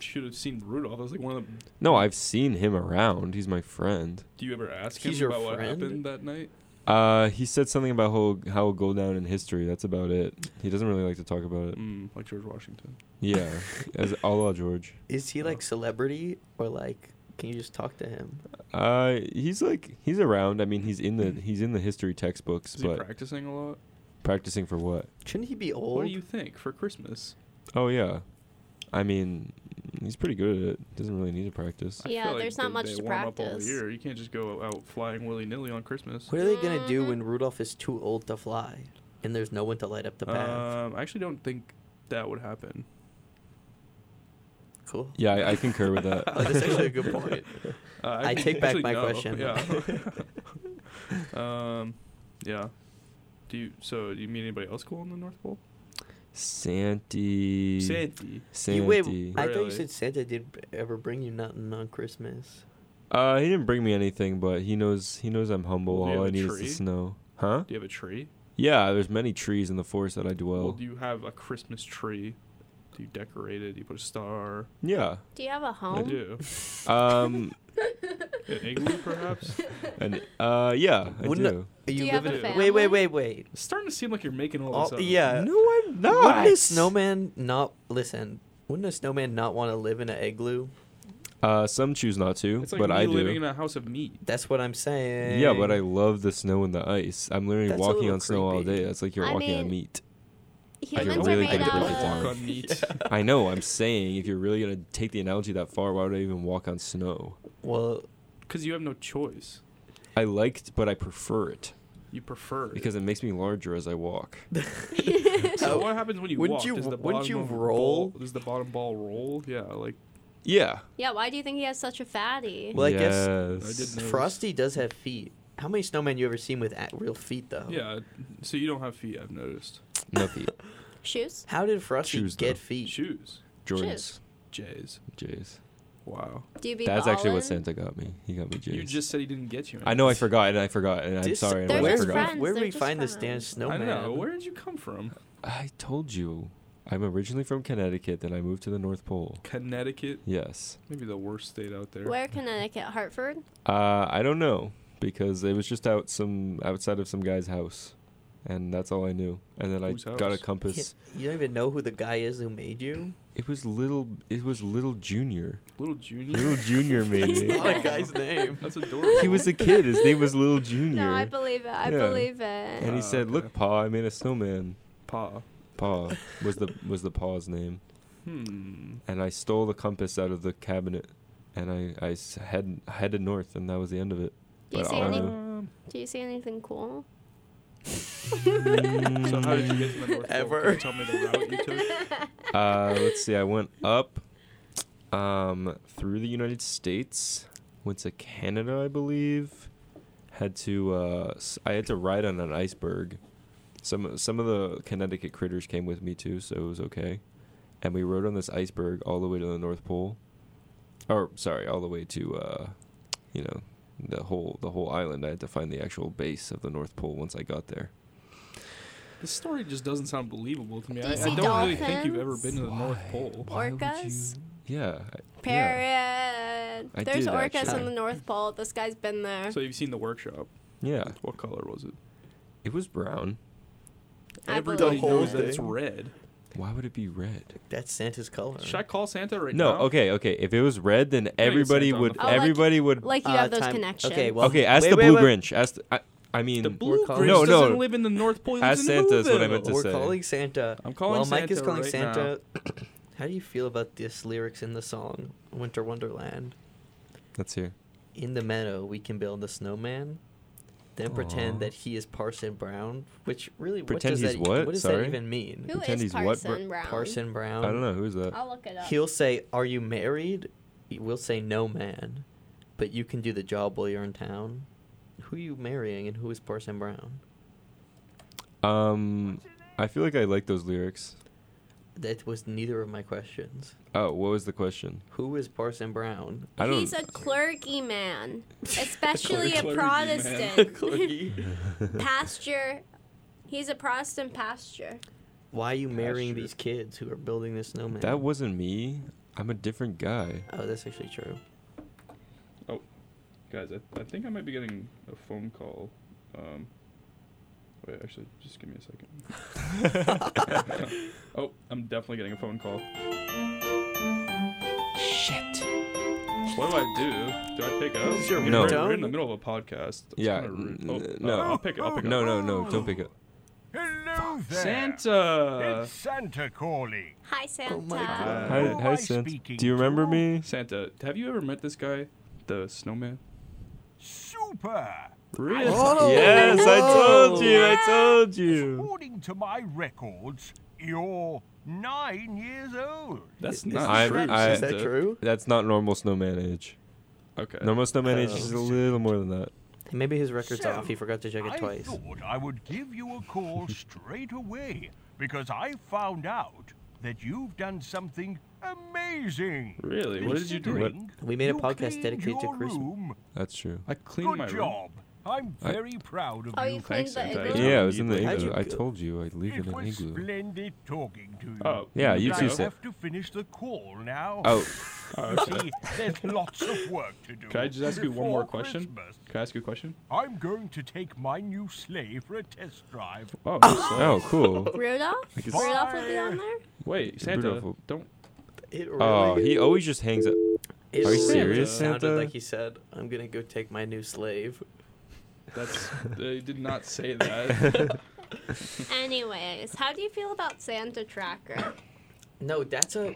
Speaker 2: should have seen Rudolph. That was like one of the.
Speaker 5: No, I've seen him around. He's my friend.
Speaker 2: Do you ever ask
Speaker 3: He's
Speaker 2: him
Speaker 3: your
Speaker 2: about what
Speaker 3: friend?
Speaker 2: happened that night?
Speaker 5: Uh, he said something about how how it'll go down in history. That's about it. He doesn't really like to talk about it.
Speaker 2: Mm, like George Washington.
Speaker 5: Yeah, as a la George.
Speaker 3: Is he like celebrity or like Can you just talk to him?
Speaker 5: Uh, he's like he's around. I mean, he's in the he's in the history textbooks,
Speaker 2: Is he
Speaker 5: but
Speaker 2: practicing a lot?
Speaker 5: practicing for what?
Speaker 3: Shouldn't he be old?
Speaker 2: What do you think for Christmas?
Speaker 5: Oh yeah, I mean, he's pretty good at it. Doesn't really need to practice.
Speaker 2: I
Speaker 4: Yeah,
Speaker 2: feel like
Speaker 4: there's not
Speaker 2: they-
Speaker 4: much
Speaker 2: they
Speaker 4: to
Speaker 2: warm Up all
Speaker 4: practice.
Speaker 2: year. You can't just go out flying willy nilly on Christmas.
Speaker 3: What are they gonna do when Rudolph is too old to fly and there's no one to light up the
Speaker 5: Uh,
Speaker 3: path?
Speaker 2: Um, I actually don't think that would happen.
Speaker 3: cool.
Speaker 5: Yeah, I, I concur with that.
Speaker 3: Oh, that's actually a good point.
Speaker 2: Uh,
Speaker 3: I
Speaker 2: think-
Speaker 3: take back
Speaker 2: actually,
Speaker 3: my
Speaker 2: no.
Speaker 3: question.
Speaker 2: Yeah. um, yeah. Do you so? Do you meet anybody else cool in the North Pole?
Speaker 5: Santi.
Speaker 2: Sandy.
Speaker 5: Santi.
Speaker 3: You, wait, I thought you
Speaker 2: Really?
Speaker 3: said Santa did b- ever bring you nothing on Christmas.
Speaker 5: Uh, he didn't bring me anything, but he knows he knows I'm humble.
Speaker 2: Do you
Speaker 5: All
Speaker 2: have
Speaker 5: I
Speaker 2: a
Speaker 5: need is
Speaker 2: tree?
Speaker 5: the snow. Huh?
Speaker 2: Do you have a tree?
Speaker 5: Yeah, there's many trees in the forest that I dwell.
Speaker 2: Well, do you have a Christmas tree? Do you decorate it? Do you put a star?
Speaker 5: yeah.
Speaker 4: Do you have a
Speaker 2: I
Speaker 4: home?
Speaker 2: do.
Speaker 5: Um.
Speaker 2: An igloo, perhaps.
Speaker 5: and, uh. Yeah. I
Speaker 3: Wouldn't it-
Speaker 5: do.
Speaker 3: Are
Speaker 4: you
Speaker 2: have a
Speaker 3: Wait, wait,
Speaker 4: family?
Speaker 3: wait, wait.
Speaker 2: It's starting to seem like you're making all
Speaker 3: All-
Speaker 2: this up.
Speaker 3: yeah.
Speaker 5: no, I'm not.
Speaker 3: uh, Wouldn't a snowman not listen? Wouldn't a snowman not want to live in an igloo?
Speaker 5: Uh, some choose not to,
Speaker 2: It's like
Speaker 5: but
Speaker 2: me
Speaker 5: I do.
Speaker 2: living in a house of meat.
Speaker 3: That's what I'm saying.
Speaker 5: Yeah, but I love the snow and the ice. I'm literally
Speaker 3: That's a
Speaker 5: walking
Speaker 3: little
Speaker 5: on snow all
Speaker 3: creepy.
Speaker 5: day. That's like you're
Speaker 4: I
Speaker 5: walking on
Speaker 4: mean-
Speaker 5: meat.
Speaker 4: Humans
Speaker 5: really
Speaker 4: are made
Speaker 5: think
Speaker 4: out
Speaker 5: they
Speaker 4: of.
Speaker 5: belong.
Speaker 2: Walk on meat.
Speaker 5: I know. I'm saying if you're really gonna take the analogy that far, why would I even walk on snow?
Speaker 3: Well,
Speaker 2: Because you have no choice.
Speaker 5: I liked, but I prefer it
Speaker 2: You prefer. it.
Speaker 5: because it makes me larger as I walk.
Speaker 2: so what happens when you
Speaker 3: Wouldn't
Speaker 2: walk?
Speaker 3: you-
Speaker 2: does the
Speaker 3: wouldn't
Speaker 2: bottom
Speaker 3: you
Speaker 2: of the
Speaker 3: roll?
Speaker 2: Ball, does the bottom ball roll? Yeah, like
Speaker 5: Yeah.
Speaker 4: Yeah, why do you think he has such a fatty?
Speaker 3: Well, I guess-
Speaker 5: yes.
Speaker 2: I did
Speaker 3: Frosty does have feet. How many snowmen you ever seen with at real feet though?
Speaker 2: yeah. So you don't have feet. I've noticed.
Speaker 5: No feet.
Speaker 4: Shoes?
Speaker 3: How did Frosty
Speaker 5: Shoes,
Speaker 3: get
Speaker 5: though.
Speaker 3: feet?
Speaker 2: Shoes,
Speaker 5: Jordans.
Speaker 2: Jays.
Speaker 5: Jays.
Speaker 2: Wow.
Speaker 4: Do you be
Speaker 5: That's actually what
Speaker 4: ballin'?
Speaker 5: Santa got me. He got me Jays.
Speaker 2: You just said he didn't get you.
Speaker 5: I know I forgot and I forgot and I'm
Speaker 3: Dis-
Speaker 5: sorry. and
Speaker 4: They're
Speaker 5: I
Speaker 3: where
Speaker 4: just
Speaker 5: forgot.
Speaker 4: friends,
Speaker 3: where do
Speaker 4: they're
Speaker 3: we
Speaker 4: just
Speaker 3: find this damn
Speaker 4: friends.
Speaker 2: I
Speaker 3: snowman?
Speaker 2: know. Where did you come from?
Speaker 5: I told you. I'm originally from Connecticut, then I moved to the North Pole.
Speaker 2: Connecticut,
Speaker 5: Yes.
Speaker 2: maybe the worst state out there.
Speaker 4: Where Connecticut? Hartford?
Speaker 5: Uh, I don't know because it was just out some outside of some guy's house, and that's all I knew. And then
Speaker 2: Whose
Speaker 5: I got a
Speaker 2: house?
Speaker 3: Yeah,
Speaker 5: compass.
Speaker 3: You don't even know who the guy is who made you.
Speaker 5: It was little. It was little Junior.
Speaker 2: Little Junior.
Speaker 5: Little Junior made me.
Speaker 3: Not a guy's name.
Speaker 2: That's adorable.
Speaker 5: He was a kid. His name was Little Junior.
Speaker 4: No, I believe it. I
Speaker 5: Yeah.
Speaker 4: believe
Speaker 5: and
Speaker 4: it.
Speaker 5: he
Speaker 2: Ah,
Speaker 5: said,
Speaker 2: okay.
Speaker 5: "Look, Pa, I made a snowman."
Speaker 2: pa.
Speaker 5: Pa was the was the Pa's name,
Speaker 2: Hmm.
Speaker 5: and I stole the compass out of the cabinet, and I I s- head headed north, and that was the end of it.
Speaker 4: Do you
Speaker 5: but
Speaker 4: see
Speaker 5: I'll-
Speaker 4: any?
Speaker 2: Um,
Speaker 4: Do you see anything cool?
Speaker 2: so how did you get to the North Pole? Can
Speaker 3: Ever.
Speaker 2: you Tell me the route you took.
Speaker 5: uh, let's see. I went up um, through the United States, went to Canada, I believe. Had to uh, s- I had to ride on an iceberg. Some some of the Connecticut critters came with me too, so it was okay. And we rode on this iceberg all the way to the North Pole, or sorry, all the way to uh, you know the whole the whole island. I had to find the actual base of the North Pole once I got there.
Speaker 2: This story just doesn't sound believable to me.
Speaker 4: Do
Speaker 2: I,
Speaker 4: you
Speaker 2: I
Speaker 4: see
Speaker 2: don't really think you've ever been to the North
Speaker 5: Why?
Speaker 2: Pole.
Speaker 5: Why would
Speaker 4: Orcas?
Speaker 5: you- Yeah. I- yeah.
Speaker 4: Period.
Speaker 5: I
Speaker 4: There's
Speaker 5: did,
Speaker 4: orcas
Speaker 5: actually.
Speaker 4: in the North Pole. This guy's been there.
Speaker 2: So you've seen the workshop.
Speaker 5: Yeah,
Speaker 2: What color was it?
Speaker 5: it was brown.
Speaker 4: I
Speaker 2: Everybody
Speaker 4: believe
Speaker 3: The whole
Speaker 2: knows that
Speaker 3: thing.
Speaker 2: it's red.
Speaker 5: Why would it be red?
Speaker 3: That's Santa's color.
Speaker 2: Should I call Santa right
Speaker 5: no,
Speaker 2: now?
Speaker 5: okay, okay. If it was red, then
Speaker 2: get
Speaker 5: everybody
Speaker 2: sent on
Speaker 5: would.
Speaker 2: the-
Speaker 4: Oh, like-
Speaker 5: everybody would.
Speaker 4: Like you
Speaker 3: Uh,
Speaker 4: have those
Speaker 3: time-
Speaker 4: connections.
Speaker 3: okay, well-
Speaker 5: okay, ask
Speaker 3: Wait,
Speaker 5: the
Speaker 3: wait,
Speaker 5: Blue
Speaker 3: wait.
Speaker 5: Grinch. Ask. The, I, I mean,
Speaker 2: The blue
Speaker 3: calling-
Speaker 2: Grinch
Speaker 5: No, no.
Speaker 2: doesn't live in the North Pole. He lives
Speaker 5: Ask
Speaker 2: in
Speaker 5: Santa is what I
Speaker 2: Whoville.
Speaker 5: meant to
Speaker 3: We're
Speaker 5: say.
Speaker 3: calling Santa.
Speaker 2: I'm calling
Speaker 3: While Mike is
Speaker 2: Santa
Speaker 3: calling
Speaker 2: right
Speaker 3: Santa. How do you feel about this lyrics in the song Winter Wonderland?
Speaker 5: let's hear.
Speaker 3: In the meadow, we can build a snowman. Then
Speaker 5: Aw.
Speaker 3: pretend that he is Parson Brown, which really what
Speaker 5: Pretend
Speaker 3: does
Speaker 5: he's
Speaker 3: that e-
Speaker 5: what?
Speaker 3: what does
Speaker 5: Sorry?
Speaker 3: that even mean?
Speaker 4: Who
Speaker 5: Pretend
Speaker 4: is
Speaker 5: he's what,
Speaker 4: Parson
Speaker 5: bro-
Speaker 4: Brown?
Speaker 3: Parson
Speaker 2: Oh.
Speaker 3: uh, Brown.
Speaker 5: I don't know who's that.
Speaker 4: I'll look it up.
Speaker 3: He'll say, "Are you married?" We'll say, "No, man," but you can do the job while you're in town. Who are you marrying, and who is Parson Brown?
Speaker 5: Um, I feel like I like those lyrics.
Speaker 3: That was neither of my questions.
Speaker 5: Oh, what was the question?
Speaker 3: Who is Parson Brown?
Speaker 5: I don't.
Speaker 4: He's a clergyman, especially a
Speaker 2: Clergyman.
Speaker 4: Protestant pasture. He's a Protestant pasture.
Speaker 3: Why are you marrying
Speaker 2: Pasture.
Speaker 3: these kids who are building this snowman?
Speaker 5: that wasn't me. I'm a different guy.
Speaker 3: Oh, that's actually true.
Speaker 2: Guys, I, I think I might be getting a phone call. Um, wait, actually, just give me a second. oh, I'm definitely getting a phone call.
Speaker 5: Shit.
Speaker 2: What do I do? Do I pick up?
Speaker 3: Is your
Speaker 2: I mean,
Speaker 5: No.
Speaker 2: We're, we're in
Speaker 3: tone?
Speaker 2: the middle of a podcast. That's
Speaker 5: Yeah,
Speaker 2: kinda rude.
Speaker 5: n-
Speaker 2: Oh,
Speaker 5: n-
Speaker 2: oh,
Speaker 5: no.
Speaker 2: I'll pick it. I'll pick it.
Speaker 5: No, no, no. Don't pick it.
Speaker 6: Hello there.
Speaker 2: Santa.
Speaker 6: It's Santa calling.
Speaker 4: Hi, Santa.
Speaker 3: Oh my God.
Speaker 2: Uh,
Speaker 5: Hi,
Speaker 6: Who am
Speaker 5: hi,
Speaker 6: I
Speaker 5: Sans.
Speaker 6: speaking
Speaker 5: Do you remember
Speaker 6: to?
Speaker 5: me?
Speaker 2: Santa, have you ever met this guy, the snowman?
Speaker 6: Super.
Speaker 2: Really?
Speaker 5: Yes, I told you. I told you.
Speaker 6: According to my records, you're nine years old.
Speaker 2: That's
Speaker 3: Is-
Speaker 2: not
Speaker 5: I'm-
Speaker 2: true.
Speaker 5: I-
Speaker 3: is that
Speaker 2: Santa.
Speaker 3: true?
Speaker 5: That's not normal snowman age.
Speaker 2: Okay.
Speaker 5: Normal snowman age is a
Speaker 3: Oh.
Speaker 5: little more than that.
Speaker 3: Maybe his record's
Speaker 6: So,
Speaker 3: off. He forgot to check it
Speaker 6: I
Speaker 3: twice.
Speaker 6: thought I would give you a call straight away because I found out that you've done something amazing.
Speaker 2: Really? What did you do?
Speaker 6: Considering
Speaker 3: We made a
Speaker 6: you
Speaker 3: podcast
Speaker 6: cleaned
Speaker 3: dedicated to
Speaker 6: your
Speaker 3: Christmas.
Speaker 6: room.
Speaker 5: That's true.
Speaker 2: I cleaned my
Speaker 6: Good
Speaker 2: room.
Speaker 6: job. I'm
Speaker 5: I-
Speaker 6: very proud of
Speaker 4: Oh, you
Speaker 6: you.
Speaker 4: cleaned
Speaker 2: Thanks,
Speaker 4: the
Speaker 2: Santa.
Speaker 4: igloo?
Speaker 5: Yeah, it was in the
Speaker 2: How'd
Speaker 5: igloo.
Speaker 3: you
Speaker 5: I
Speaker 3: go-
Speaker 5: told you I'd leave it
Speaker 6: It
Speaker 5: in
Speaker 6: was
Speaker 5: igloo.
Speaker 6: splendid talking to you.
Speaker 2: Oh.
Speaker 5: Yeah, you
Speaker 6: But
Speaker 5: too,
Speaker 6: I
Speaker 5: Seth.
Speaker 6: have to finish the call now.
Speaker 5: Oh,
Speaker 6: You see, there's lots of work to do.
Speaker 2: Can I just ask you one more
Speaker 6: before
Speaker 2: question?
Speaker 6: Christmas.
Speaker 2: Can I ask you a question?
Speaker 6: I'm going to take my new sleigh for a test drive.
Speaker 2: Oh,
Speaker 5: oh, cool.
Speaker 4: Rudolph?
Speaker 5: I could s-
Speaker 4: Rudolph will be on there?
Speaker 2: wait, Santa,
Speaker 5: Rudolph.
Speaker 2: don't.
Speaker 3: It really,
Speaker 5: Oh, he always just hangs up.
Speaker 3: it
Speaker 5: Are you
Speaker 3: really
Speaker 5: serious,
Speaker 3: sounded
Speaker 5: Santa?
Speaker 3: like he said, "I'm gonna go take my new slave."
Speaker 2: That's. They did not say that.
Speaker 4: Anyways, how do you feel about Santa Tracker?
Speaker 3: No, that's a.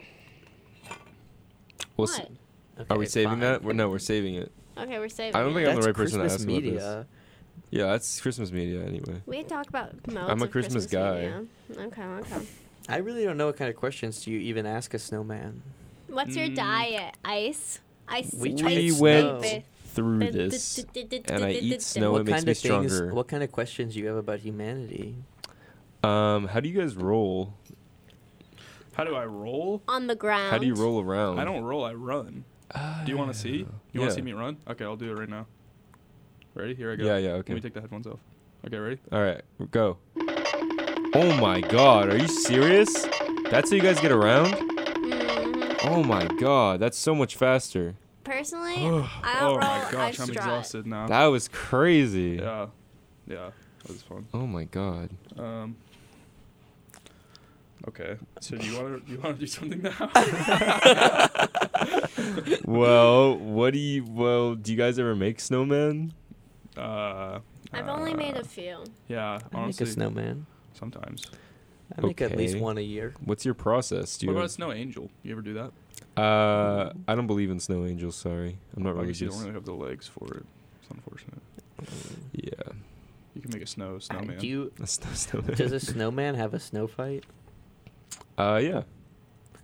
Speaker 5: We'll
Speaker 4: What?
Speaker 5: s- Are we
Speaker 3: okay,
Speaker 5: saving
Speaker 3: fine.
Speaker 5: that? We're, no, we're saving it.
Speaker 4: Okay, we're saving.
Speaker 5: I don't think
Speaker 4: it.
Speaker 5: I'm the
Speaker 3: That's
Speaker 5: right person to
Speaker 3: Christmas
Speaker 5: ask about this.
Speaker 3: media.
Speaker 5: Yeah, that's Christmas media anyway.
Speaker 4: we can talk about modes
Speaker 5: I'm a
Speaker 4: of
Speaker 5: Christmas guy.
Speaker 4: media. Okay, okay.
Speaker 3: I really don't know what kind of questions do you even ask a snowman.
Speaker 4: What's your
Speaker 2: Mm.
Speaker 4: diet? Ice. Ice.
Speaker 3: We
Speaker 4: ice
Speaker 5: We
Speaker 3: tried
Speaker 4: cream.
Speaker 5: went
Speaker 4: Ba-
Speaker 5: through
Speaker 4: ba-
Speaker 5: this,
Speaker 4: d- d- d- d-
Speaker 5: and I
Speaker 4: d- d-
Speaker 5: eat snow.
Speaker 3: what
Speaker 5: Oh, It makes
Speaker 3: kind
Speaker 5: me
Speaker 3: of things?
Speaker 5: stronger.
Speaker 3: What kind of questions do you have about humanity?
Speaker 5: Um, how do you guys roll?
Speaker 2: How do I roll?
Speaker 4: On the ground.
Speaker 5: How do you roll around?
Speaker 2: I don't roll. I run. Do you want to see? You want
Speaker 5: Yeah.
Speaker 2: to see me run? Okay, I'll do it right now. Ready? Here I go.
Speaker 5: Yeah, yeah,
Speaker 2: Let
Speaker 5: okay.
Speaker 2: me take the headphones off. Okay, ready?
Speaker 5: All right, go. Oh my god, are you serious? That's how you guys get around?
Speaker 4: Mhm.
Speaker 5: Oh my god, that's so much faster.
Speaker 4: Personally, I don't
Speaker 2: oh
Speaker 4: roll.
Speaker 2: my
Speaker 4: I
Speaker 2: gosh, I'm
Speaker 4: strut.
Speaker 2: exhausted now.
Speaker 5: That was crazy.
Speaker 2: yeah, yeah, that was fun.
Speaker 5: Oh my god.
Speaker 2: Um. Okay, so do you want to you want to do something now?
Speaker 5: Well, what do you well, do you guys ever make snowmen?
Speaker 2: uh,
Speaker 4: I've
Speaker 5: Ah.
Speaker 4: only made a few.
Speaker 2: yeah.
Speaker 3: I make
Speaker 2: Honestly,
Speaker 3: a snowman.
Speaker 2: sometimes.
Speaker 3: I make at least
Speaker 5: Okay.
Speaker 3: one a year.
Speaker 5: What's your process? Do you
Speaker 2: what about a snow angel? You ever do that?
Speaker 5: uh I don't believe in snow angels, sorry. I'm not
Speaker 2: I guess you
Speaker 5: religious.
Speaker 2: don't really have the legs for it. It's unfortunate.
Speaker 5: Yeah.
Speaker 2: You can make a snow
Speaker 3: Uh,
Speaker 2: snowman.
Speaker 3: do you?
Speaker 5: A snow snowman.
Speaker 3: Does a snowman have a snow fight?
Speaker 5: uh yeah.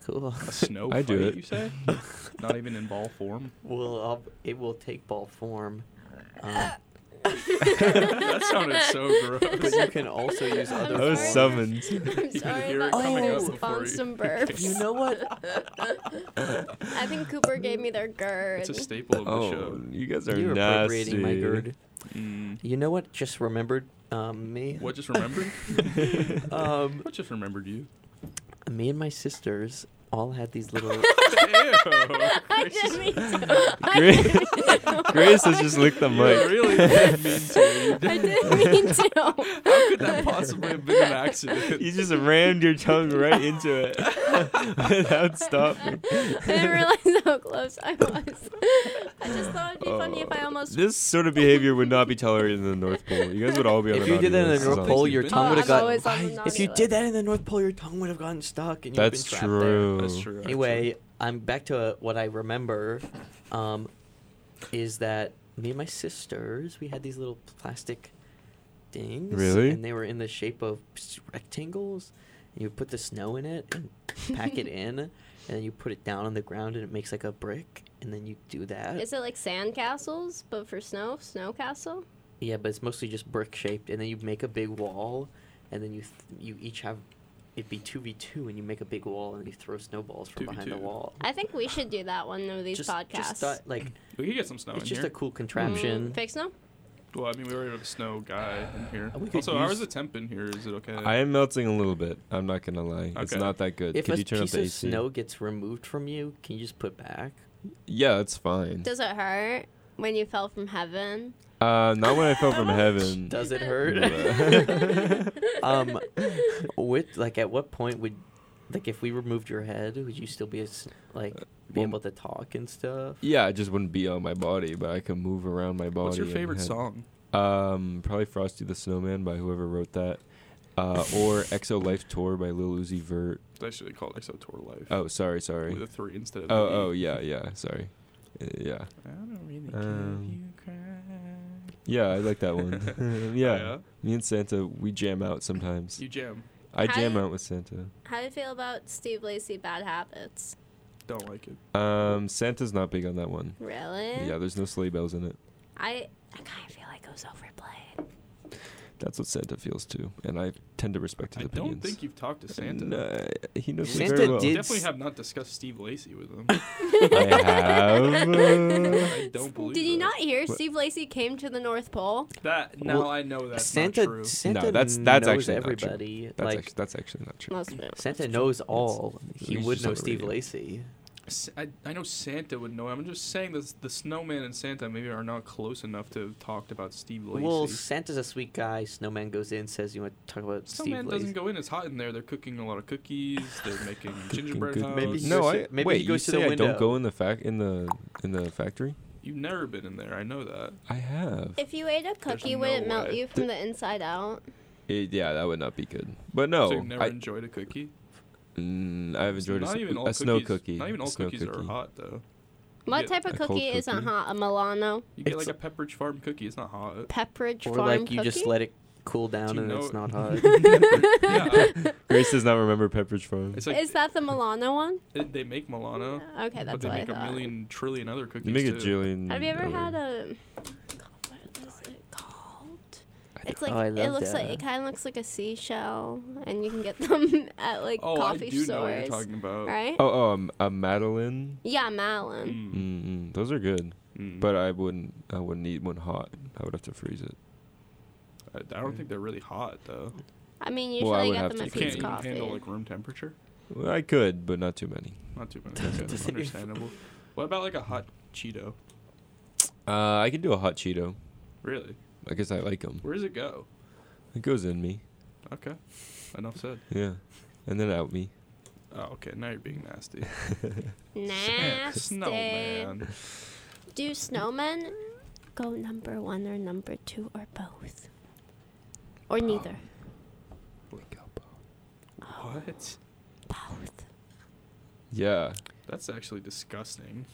Speaker 3: Cool.
Speaker 2: a snow
Speaker 5: I do
Speaker 2: fight,
Speaker 5: it.
Speaker 2: You say? Not even in ball form.
Speaker 3: Well, I'll, it will take ball form. Um,
Speaker 2: That sounded so gross.
Speaker 3: but you can also use
Speaker 4: I'm
Speaker 3: other.
Speaker 5: I was
Speaker 4: sorry.
Speaker 3: forms.
Speaker 5: summoned.
Speaker 4: I'm
Speaker 2: could
Speaker 4: sorry
Speaker 2: hear it
Speaker 4: about
Speaker 2: coming
Speaker 3: up
Speaker 4: oh,
Speaker 2: before you-
Speaker 4: some burps.
Speaker 3: You know what?
Speaker 4: I think Cooper gave me their GERD.
Speaker 2: It's a staple of the
Speaker 5: Oh,
Speaker 2: show.
Speaker 5: you guys are
Speaker 3: You're
Speaker 5: nasty.
Speaker 3: appropriating my gird.
Speaker 2: Mm.
Speaker 3: You know what? Just remembered um, me.
Speaker 2: What just remembered?
Speaker 3: Um,
Speaker 2: what just remembered you?
Speaker 3: me and my sisters all had these little.
Speaker 4: I didn't mean to. I didn't mean
Speaker 5: Grace,
Speaker 4: to.
Speaker 5: Grace has just licked the
Speaker 2: You
Speaker 5: mic.
Speaker 2: really did mean to.
Speaker 4: I didn't mean to.
Speaker 2: How could that possibly have been an accident?
Speaker 5: You just rammed your tongue right into it without stopping.
Speaker 4: I didn't realize how close I was. I just thought it'd be funny if I almost.
Speaker 5: This sort of behavior would not be tolerated in the North Pole. You guys would all be on
Speaker 3: If
Speaker 5: the
Speaker 3: you did that
Speaker 5: naughty
Speaker 3: in
Speaker 5: list,
Speaker 3: the
Speaker 5: is
Speaker 3: North
Speaker 5: all.
Speaker 3: Pole, your
Speaker 2: Been
Speaker 3: tongue would
Speaker 4: I'm
Speaker 3: have gotten.
Speaker 4: always on the naughty
Speaker 3: If you
Speaker 4: list.
Speaker 3: did that in the North Pole, your tongue would have gotten stuck, and you would
Speaker 5: That's
Speaker 3: been trapped there.
Speaker 5: true.
Speaker 2: That's true. actually.
Speaker 3: Anyway, I'm back to uh, what I remember. Um, is that me and my sisters? We had these little plastic things.
Speaker 5: Really?
Speaker 3: And they were in the shape of s- rectangles. And you put the snow in it and pack it in, and then you put it down on the ground, and it makes like a brick. And then you do that.
Speaker 4: Is it like sand castles, but for snow? Snow castle?
Speaker 3: Yeah, but it's mostly just brick shaped, and then you make a big wall, and then you th- you each have it'd be two v two, and you make a big wall, and you throw snowballs from behind the
Speaker 2: 2v2.
Speaker 3: wall.
Speaker 4: I think we should do that one of these
Speaker 3: just,
Speaker 4: podcasts.
Speaker 3: just thought, like
Speaker 2: we could get some snow
Speaker 3: it's
Speaker 2: in
Speaker 3: just
Speaker 2: here.
Speaker 3: a cool contraption.
Speaker 4: Mm, fake snow?
Speaker 2: well, I mean, we already have a snow guy in here.
Speaker 3: We could
Speaker 2: Also, how is
Speaker 3: use-
Speaker 2: the temp in here? Is it okay?
Speaker 5: I am melting a little bit. I'm not gonna lie. It's
Speaker 2: Okay.
Speaker 5: not that good.
Speaker 3: if
Speaker 5: Could
Speaker 3: a
Speaker 5: you turn up
Speaker 3: piece
Speaker 5: the
Speaker 3: of
Speaker 5: AC?
Speaker 3: snow gets removed from you, can you just put back?
Speaker 5: Yeah, it's fine.
Speaker 4: Does it hurt when you fell from heaven?
Speaker 5: Uh, not when I fell from heaven.
Speaker 3: Does it hurt?
Speaker 5: but-
Speaker 3: um, with like at what point would like if we removed your head, would you still be a, s- like be
Speaker 5: Well,
Speaker 3: able to talk and stuff.
Speaker 5: Yeah, it just wouldn't be on my body, but I could move around my body.
Speaker 2: What's your
Speaker 5: and
Speaker 2: favorite
Speaker 5: have-
Speaker 2: song?
Speaker 5: Um, probably Frosty the Snowman by whoever wrote that, uh, or EXO Life Tour by Lil Uzi Vert.
Speaker 2: I should have called EXO Tour Life.
Speaker 5: Oh, sorry, sorry.
Speaker 2: With a three instead of E.
Speaker 5: Oh, oh, yeah, yeah. Sorry. Uh, yeah,
Speaker 2: I don't really
Speaker 5: Um,
Speaker 2: you cry.
Speaker 5: yeah. I like that one. yeah.
Speaker 2: Oh, yeah?
Speaker 5: Me and Santa, we jam out sometimes.
Speaker 2: You jam.
Speaker 5: I jam
Speaker 4: Hi.
Speaker 5: out with Santa.
Speaker 4: How do you feel about Steve Lacy Bad Habits?
Speaker 2: Don't like it.
Speaker 5: Um, Santa's not big on that one.
Speaker 4: Really?
Speaker 5: Yeah, there's no sleigh bells in it.
Speaker 4: I, I kind of feel like it was overplayed.
Speaker 5: That's what Santa feels too, and I tend to respect his
Speaker 2: I
Speaker 5: opinions.
Speaker 2: don't think you've talked to Santa.
Speaker 5: No, he knows me
Speaker 3: Santa
Speaker 5: very well.
Speaker 2: I
Speaker 3: did-
Speaker 2: definitely
Speaker 3: s-
Speaker 2: have not discussed Steve Lacey with him.
Speaker 5: I have. uh,
Speaker 2: I don't believe.
Speaker 4: Did you
Speaker 2: that.
Speaker 4: not hear
Speaker 5: What?
Speaker 4: Steve Lacy came to the North Pole?
Speaker 2: That now
Speaker 3: Well,
Speaker 2: I know that's
Speaker 3: Santa,
Speaker 2: not true.
Speaker 3: Santa
Speaker 5: No, that's- that's
Speaker 3: knows
Speaker 5: actually not true.
Speaker 3: everybody.
Speaker 5: That's,
Speaker 3: Like
Speaker 5: actually, that's actually not true.
Speaker 4: Must be.
Speaker 3: Santa knows all. He
Speaker 5: he's
Speaker 3: would
Speaker 5: just
Speaker 3: know
Speaker 5: on the
Speaker 3: Steve
Speaker 5: radio.
Speaker 3: Lacy.
Speaker 2: S- I, I know Santa would know. I'm just saying that the snowman and Santa maybe are not close enough to have talked about Steve Lacey.
Speaker 3: Well, Santa's a sweet guy. Snowman goes in, says, "You want to talk about
Speaker 2: snowman
Speaker 3: Steve
Speaker 2: doesn't
Speaker 3: Lacy?"
Speaker 2: go in. It's hot in there. They're cooking a lot of cookies. They're making gingerbread
Speaker 5: good-
Speaker 2: house.
Speaker 3: Maybe he
Speaker 5: no,
Speaker 3: goes
Speaker 5: I
Speaker 3: to- maybe
Speaker 5: wait.
Speaker 3: he goes
Speaker 5: you
Speaker 3: to the
Speaker 5: say I
Speaker 3: window.
Speaker 5: don't go in the fac in the in the factory.
Speaker 2: You've never been in there. I know that.
Speaker 5: I have.
Speaker 4: If you ate a cookie,
Speaker 2: no
Speaker 4: would it melt
Speaker 2: way.
Speaker 4: you from the inside out?
Speaker 5: It- yeah, that would not be good. But
Speaker 2: so
Speaker 5: no,
Speaker 2: you've never
Speaker 5: I,
Speaker 2: enjoyed a cookie.
Speaker 5: mm, I've enjoyed a,
Speaker 2: not
Speaker 5: s-
Speaker 2: even
Speaker 5: a
Speaker 2: all
Speaker 5: snow
Speaker 2: cookies-
Speaker 5: cookie.
Speaker 2: Not even all
Speaker 5: a snow
Speaker 2: cookies are
Speaker 5: cookie.
Speaker 2: hot though. You
Speaker 4: What
Speaker 2: get-
Speaker 4: type of
Speaker 5: a cold
Speaker 4: cookie isn't
Speaker 5: cookie?
Speaker 4: hot? A Milano?
Speaker 2: You get
Speaker 5: It's-
Speaker 2: like a Pepperidge Farm cookie. It's not hot.
Speaker 4: Pepperidge
Speaker 3: Or
Speaker 4: Farm
Speaker 3: like
Speaker 4: cookie?
Speaker 3: you just let it cool down
Speaker 2: you
Speaker 3: and
Speaker 2: know
Speaker 3: it's
Speaker 2: it?
Speaker 3: not hot.
Speaker 2: yeah,
Speaker 5: Grace does not remember Pepperidge Farm.
Speaker 2: it's like
Speaker 4: Is that the Milano one?
Speaker 2: it- they make Milano,
Speaker 4: Okay, that's
Speaker 2: but they
Speaker 4: what I
Speaker 2: make a
Speaker 4: thought.
Speaker 2: million trillion other cookies
Speaker 5: You make a
Speaker 2: too.
Speaker 5: Jillian.
Speaker 4: Have you ever
Speaker 5: other-
Speaker 4: had a? What is it called? It's like
Speaker 3: Oh, I
Speaker 4: it
Speaker 3: love
Speaker 4: looks like
Speaker 3: that.
Speaker 4: it kind of looks like a seashell, and you can get them at like
Speaker 2: Oh,
Speaker 4: coffee
Speaker 2: I do
Speaker 4: stores,
Speaker 2: know what you're talking about.
Speaker 4: right?
Speaker 5: Oh, oh, um, a Madeline.
Speaker 4: Yeah, Malin.
Speaker 2: Mm,
Speaker 5: Mm-mm, those are good,
Speaker 2: mm.
Speaker 5: but uh, I wouldn't. I wouldn't eat one hot. I would have to freeze it.
Speaker 2: I, I don't think they're really hot though.
Speaker 4: I mean,
Speaker 5: Well, I
Speaker 4: usually
Speaker 5: would
Speaker 4: I
Speaker 5: have
Speaker 4: get them
Speaker 5: to
Speaker 2: You
Speaker 4: at
Speaker 5: freeze
Speaker 2: can't
Speaker 4: Pete's
Speaker 2: even
Speaker 5: it.
Speaker 2: handle
Speaker 4: Coffee.
Speaker 2: like room temperature.
Speaker 5: Well, I could, but not too many.
Speaker 2: Not too much. Okay,
Speaker 3: Doesn't even-
Speaker 2: understandable. What about like a hot Cheeto?
Speaker 5: Uh, I can do a hot Cheeto.
Speaker 2: Really?
Speaker 5: I guess I like them.
Speaker 2: Where does it go?
Speaker 5: It goes in me.
Speaker 2: Okay. Enough said.
Speaker 5: Yeah, and then out me.
Speaker 2: Oh, okay. Now you're being nasty.
Speaker 4: Nasty.
Speaker 2: Snowman.
Speaker 4: Do snowmen go number one or number two or both, or
Speaker 2: Uh,
Speaker 4: neither?
Speaker 2: What?
Speaker 4: Both.
Speaker 5: Yeah.
Speaker 2: That's actually disgusting.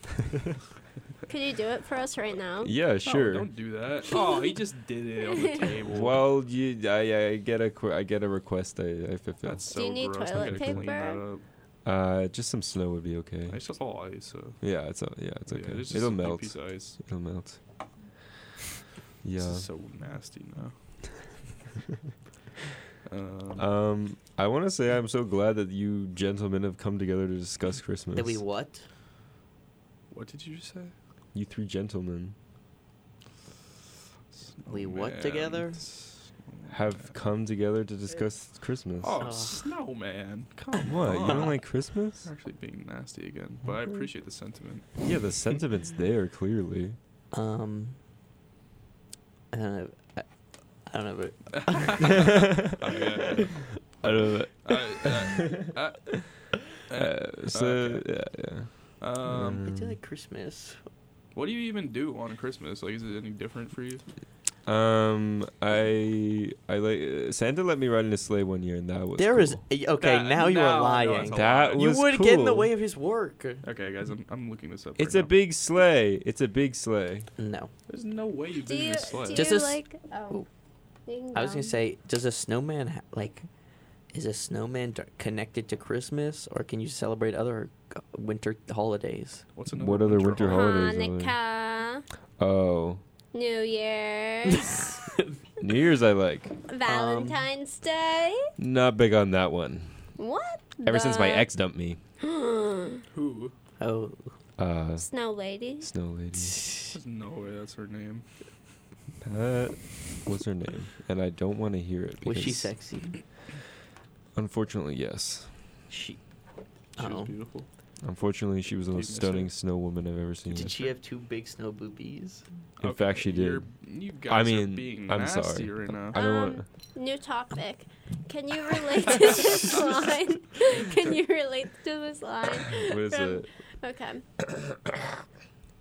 Speaker 4: Could you do it for us right now?
Speaker 5: Yeah.
Speaker 2: No,
Speaker 5: Sure.
Speaker 2: don't do that. Oh, he just did it on the table.
Speaker 5: Well, you, I, I get a, qu- I get a request. I, I fulfill.
Speaker 2: That's so
Speaker 4: Do you need
Speaker 2: gross. I
Speaker 4: toilet
Speaker 2: gotta clean that
Speaker 4: paper?
Speaker 2: up.
Speaker 5: uh, just some snow would be okay.
Speaker 2: It's just all ice. So.
Speaker 5: Yeah, it's o- yeah, it's
Speaker 2: Yeah,
Speaker 5: okay.
Speaker 2: there's just
Speaker 5: It'll
Speaker 2: a big
Speaker 5: melt.
Speaker 2: Piece of ice.
Speaker 5: It'll melt.
Speaker 2: This
Speaker 5: Yeah.
Speaker 2: is so nasty now. um,
Speaker 5: Um, I want to say I'm so glad that you gentlemen have come together to discuss Christmas.
Speaker 3: That we what?
Speaker 2: what did you just say?
Speaker 5: you three gentlemen
Speaker 3: We what
Speaker 2: Snowman.
Speaker 3: together?
Speaker 5: have come together to discuss Christmas.
Speaker 2: Oh,
Speaker 3: Oh.
Speaker 2: snowman! Come
Speaker 5: What? You
Speaker 2: on.
Speaker 5: don't like Christmas?
Speaker 2: You're actually being nasty again, but I appreciate the sentiment.
Speaker 5: Yeah, the sentiment's there clearly.
Speaker 3: Um. I don't know. I, I don't know, but
Speaker 2: Oh, Okay.
Speaker 5: I don't know.
Speaker 2: I- I- I-
Speaker 5: Uh, so
Speaker 2: Oh, Okay.
Speaker 5: yeah, yeah.
Speaker 2: um,
Speaker 3: I do
Speaker 5: Mm.
Speaker 3: like Christmas.
Speaker 2: what do you even do on Christmas? Like, is it any different for you?
Speaker 5: Um, I I like uh, Santa let me ride in a sleigh one year, and that was
Speaker 3: There is
Speaker 5: cool.
Speaker 3: okay.
Speaker 2: That-
Speaker 3: now you
Speaker 2: now I
Speaker 3: are
Speaker 2: know
Speaker 3: lying.
Speaker 2: it's a
Speaker 5: That
Speaker 2: lie.
Speaker 3: You
Speaker 5: was
Speaker 3: would get in the
Speaker 5: cool.
Speaker 3: way of his work.
Speaker 2: Okay, guys, I'm, I'm looking this up.
Speaker 5: It's
Speaker 2: right
Speaker 5: a
Speaker 2: now.
Speaker 5: big sleigh. It's a big sleigh.
Speaker 3: No,
Speaker 2: There's no way you've
Speaker 4: Do
Speaker 2: been in
Speaker 4: you,
Speaker 2: a sleigh.
Speaker 4: do
Speaker 3: Does
Speaker 4: you
Speaker 3: this-
Speaker 4: like? Oh, you can
Speaker 3: I was gonna
Speaker 4: go.
Speaker 3: say, does a snowman ha- like, is a snowman d- connected to Christmas, or can you celebrate other uh, winter holidays?
Speaker 2: What's
Speaker 5: What other winter
Speaker 2: holiday?
Speaker 5: holidays are there?
Speaker 4: Hanukkah,
Speaker 5: Oh,
Speaker 4: New Year's,
Speaker 5: New Year's I like.
Speaker 4: Valentine's
Speaker 5: Um,
Speaker 4: Day.
Speaker 5: Not big on that one.
Speaker 4: What?
Speaker 5: Ever since my
Speaker 4: the-
Speaker 5: ex dumped me.
Speaker 2: Who?
Speaker 3: Oh,
Speaker 5: Uh,
Speaker 4: Snow Lady.
Speaker 5: Snow Lady.
Speaker 2: There's no way that's her name.
Speaker 5: That was her name, and I don't want to hear it.
Speaker 3: was she
Speaker 5: because-
Speaker 3: sexy?
Speaker 5: Unfortunately, yes.
Speaker 3: She.
Speaker 2: She was
Speaker 3: Oh,
Speaker 2: beautiful.
Speaker 5: Unfortunately, she was the
Speaker 2: You
Speaker 5: most
Speaker 2: missed
Speaker 5: stunning
Speaker 2: it.
Speaker 5: snow woman I've ever seen.
Speaker 3: did she have two big snow boobies?
Speaker 5: In fact, she did.
Speaker 2: you're- You guys are
Speaker 5: mean,
Speaker 2: being
Speaker 5: I'm
Speaker 2: nasty
Speaker 5: sorry.
Speaker 2: right now.
Speaker 5: I don't
Speaker 4: Um,
Speaker 5: want.
Speaker 4: New topic. Can you relate to this line? Can you relate to this line
Speaker 5: What is
Speaker 4: from
Speaker 5: it?
Speaker 4: Okay.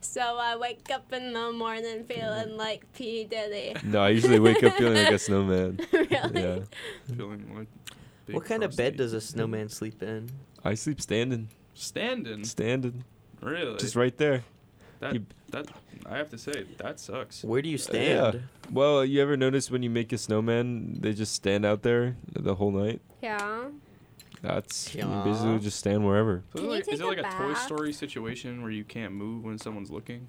Speaker 4: so I wake up in the morning feeling like P Diddy.
Speaker 5: No, I usually wake up feeling like a snowman.
Speaker 4: really?
Speaker 5: Yeah.
Speaker 2: Feeling like. big
Speaker 3: What kind of
Speaker 2: frosty.
Speaker 3: bed does a snowman sleep in?
Speaker 5: I sleep standing.
Speaker 2: Standing.
Speaker 5: Standing.
Speaker 2: Really?
Speaker 5: Just right there.
Speaker 2: that,
Speaker 5: you-
Speaker 2: that. I have to say that sucks.
Speaker 3: Where do you
Speaker 5: Yeah.
Speaker 3: stand?
Speaker 5: Well, you ever notice when you make a snowman, they just stand out there the whole night?
Speaker 4: Yeah.
Speaker 5: That's you
Speaker 3: Yeah.
Speaker 5: basically just stand wherever.
Speaker 2: So
Speaker 4: Can you
Speaker 2: is it like,
Speaker 4: take
Speaker 2: is it
Speaker 4: a
Speaker 2: like a Toy
Speaker 4: bath?
Speaker 2: Story situation where you can't move when someone's looking?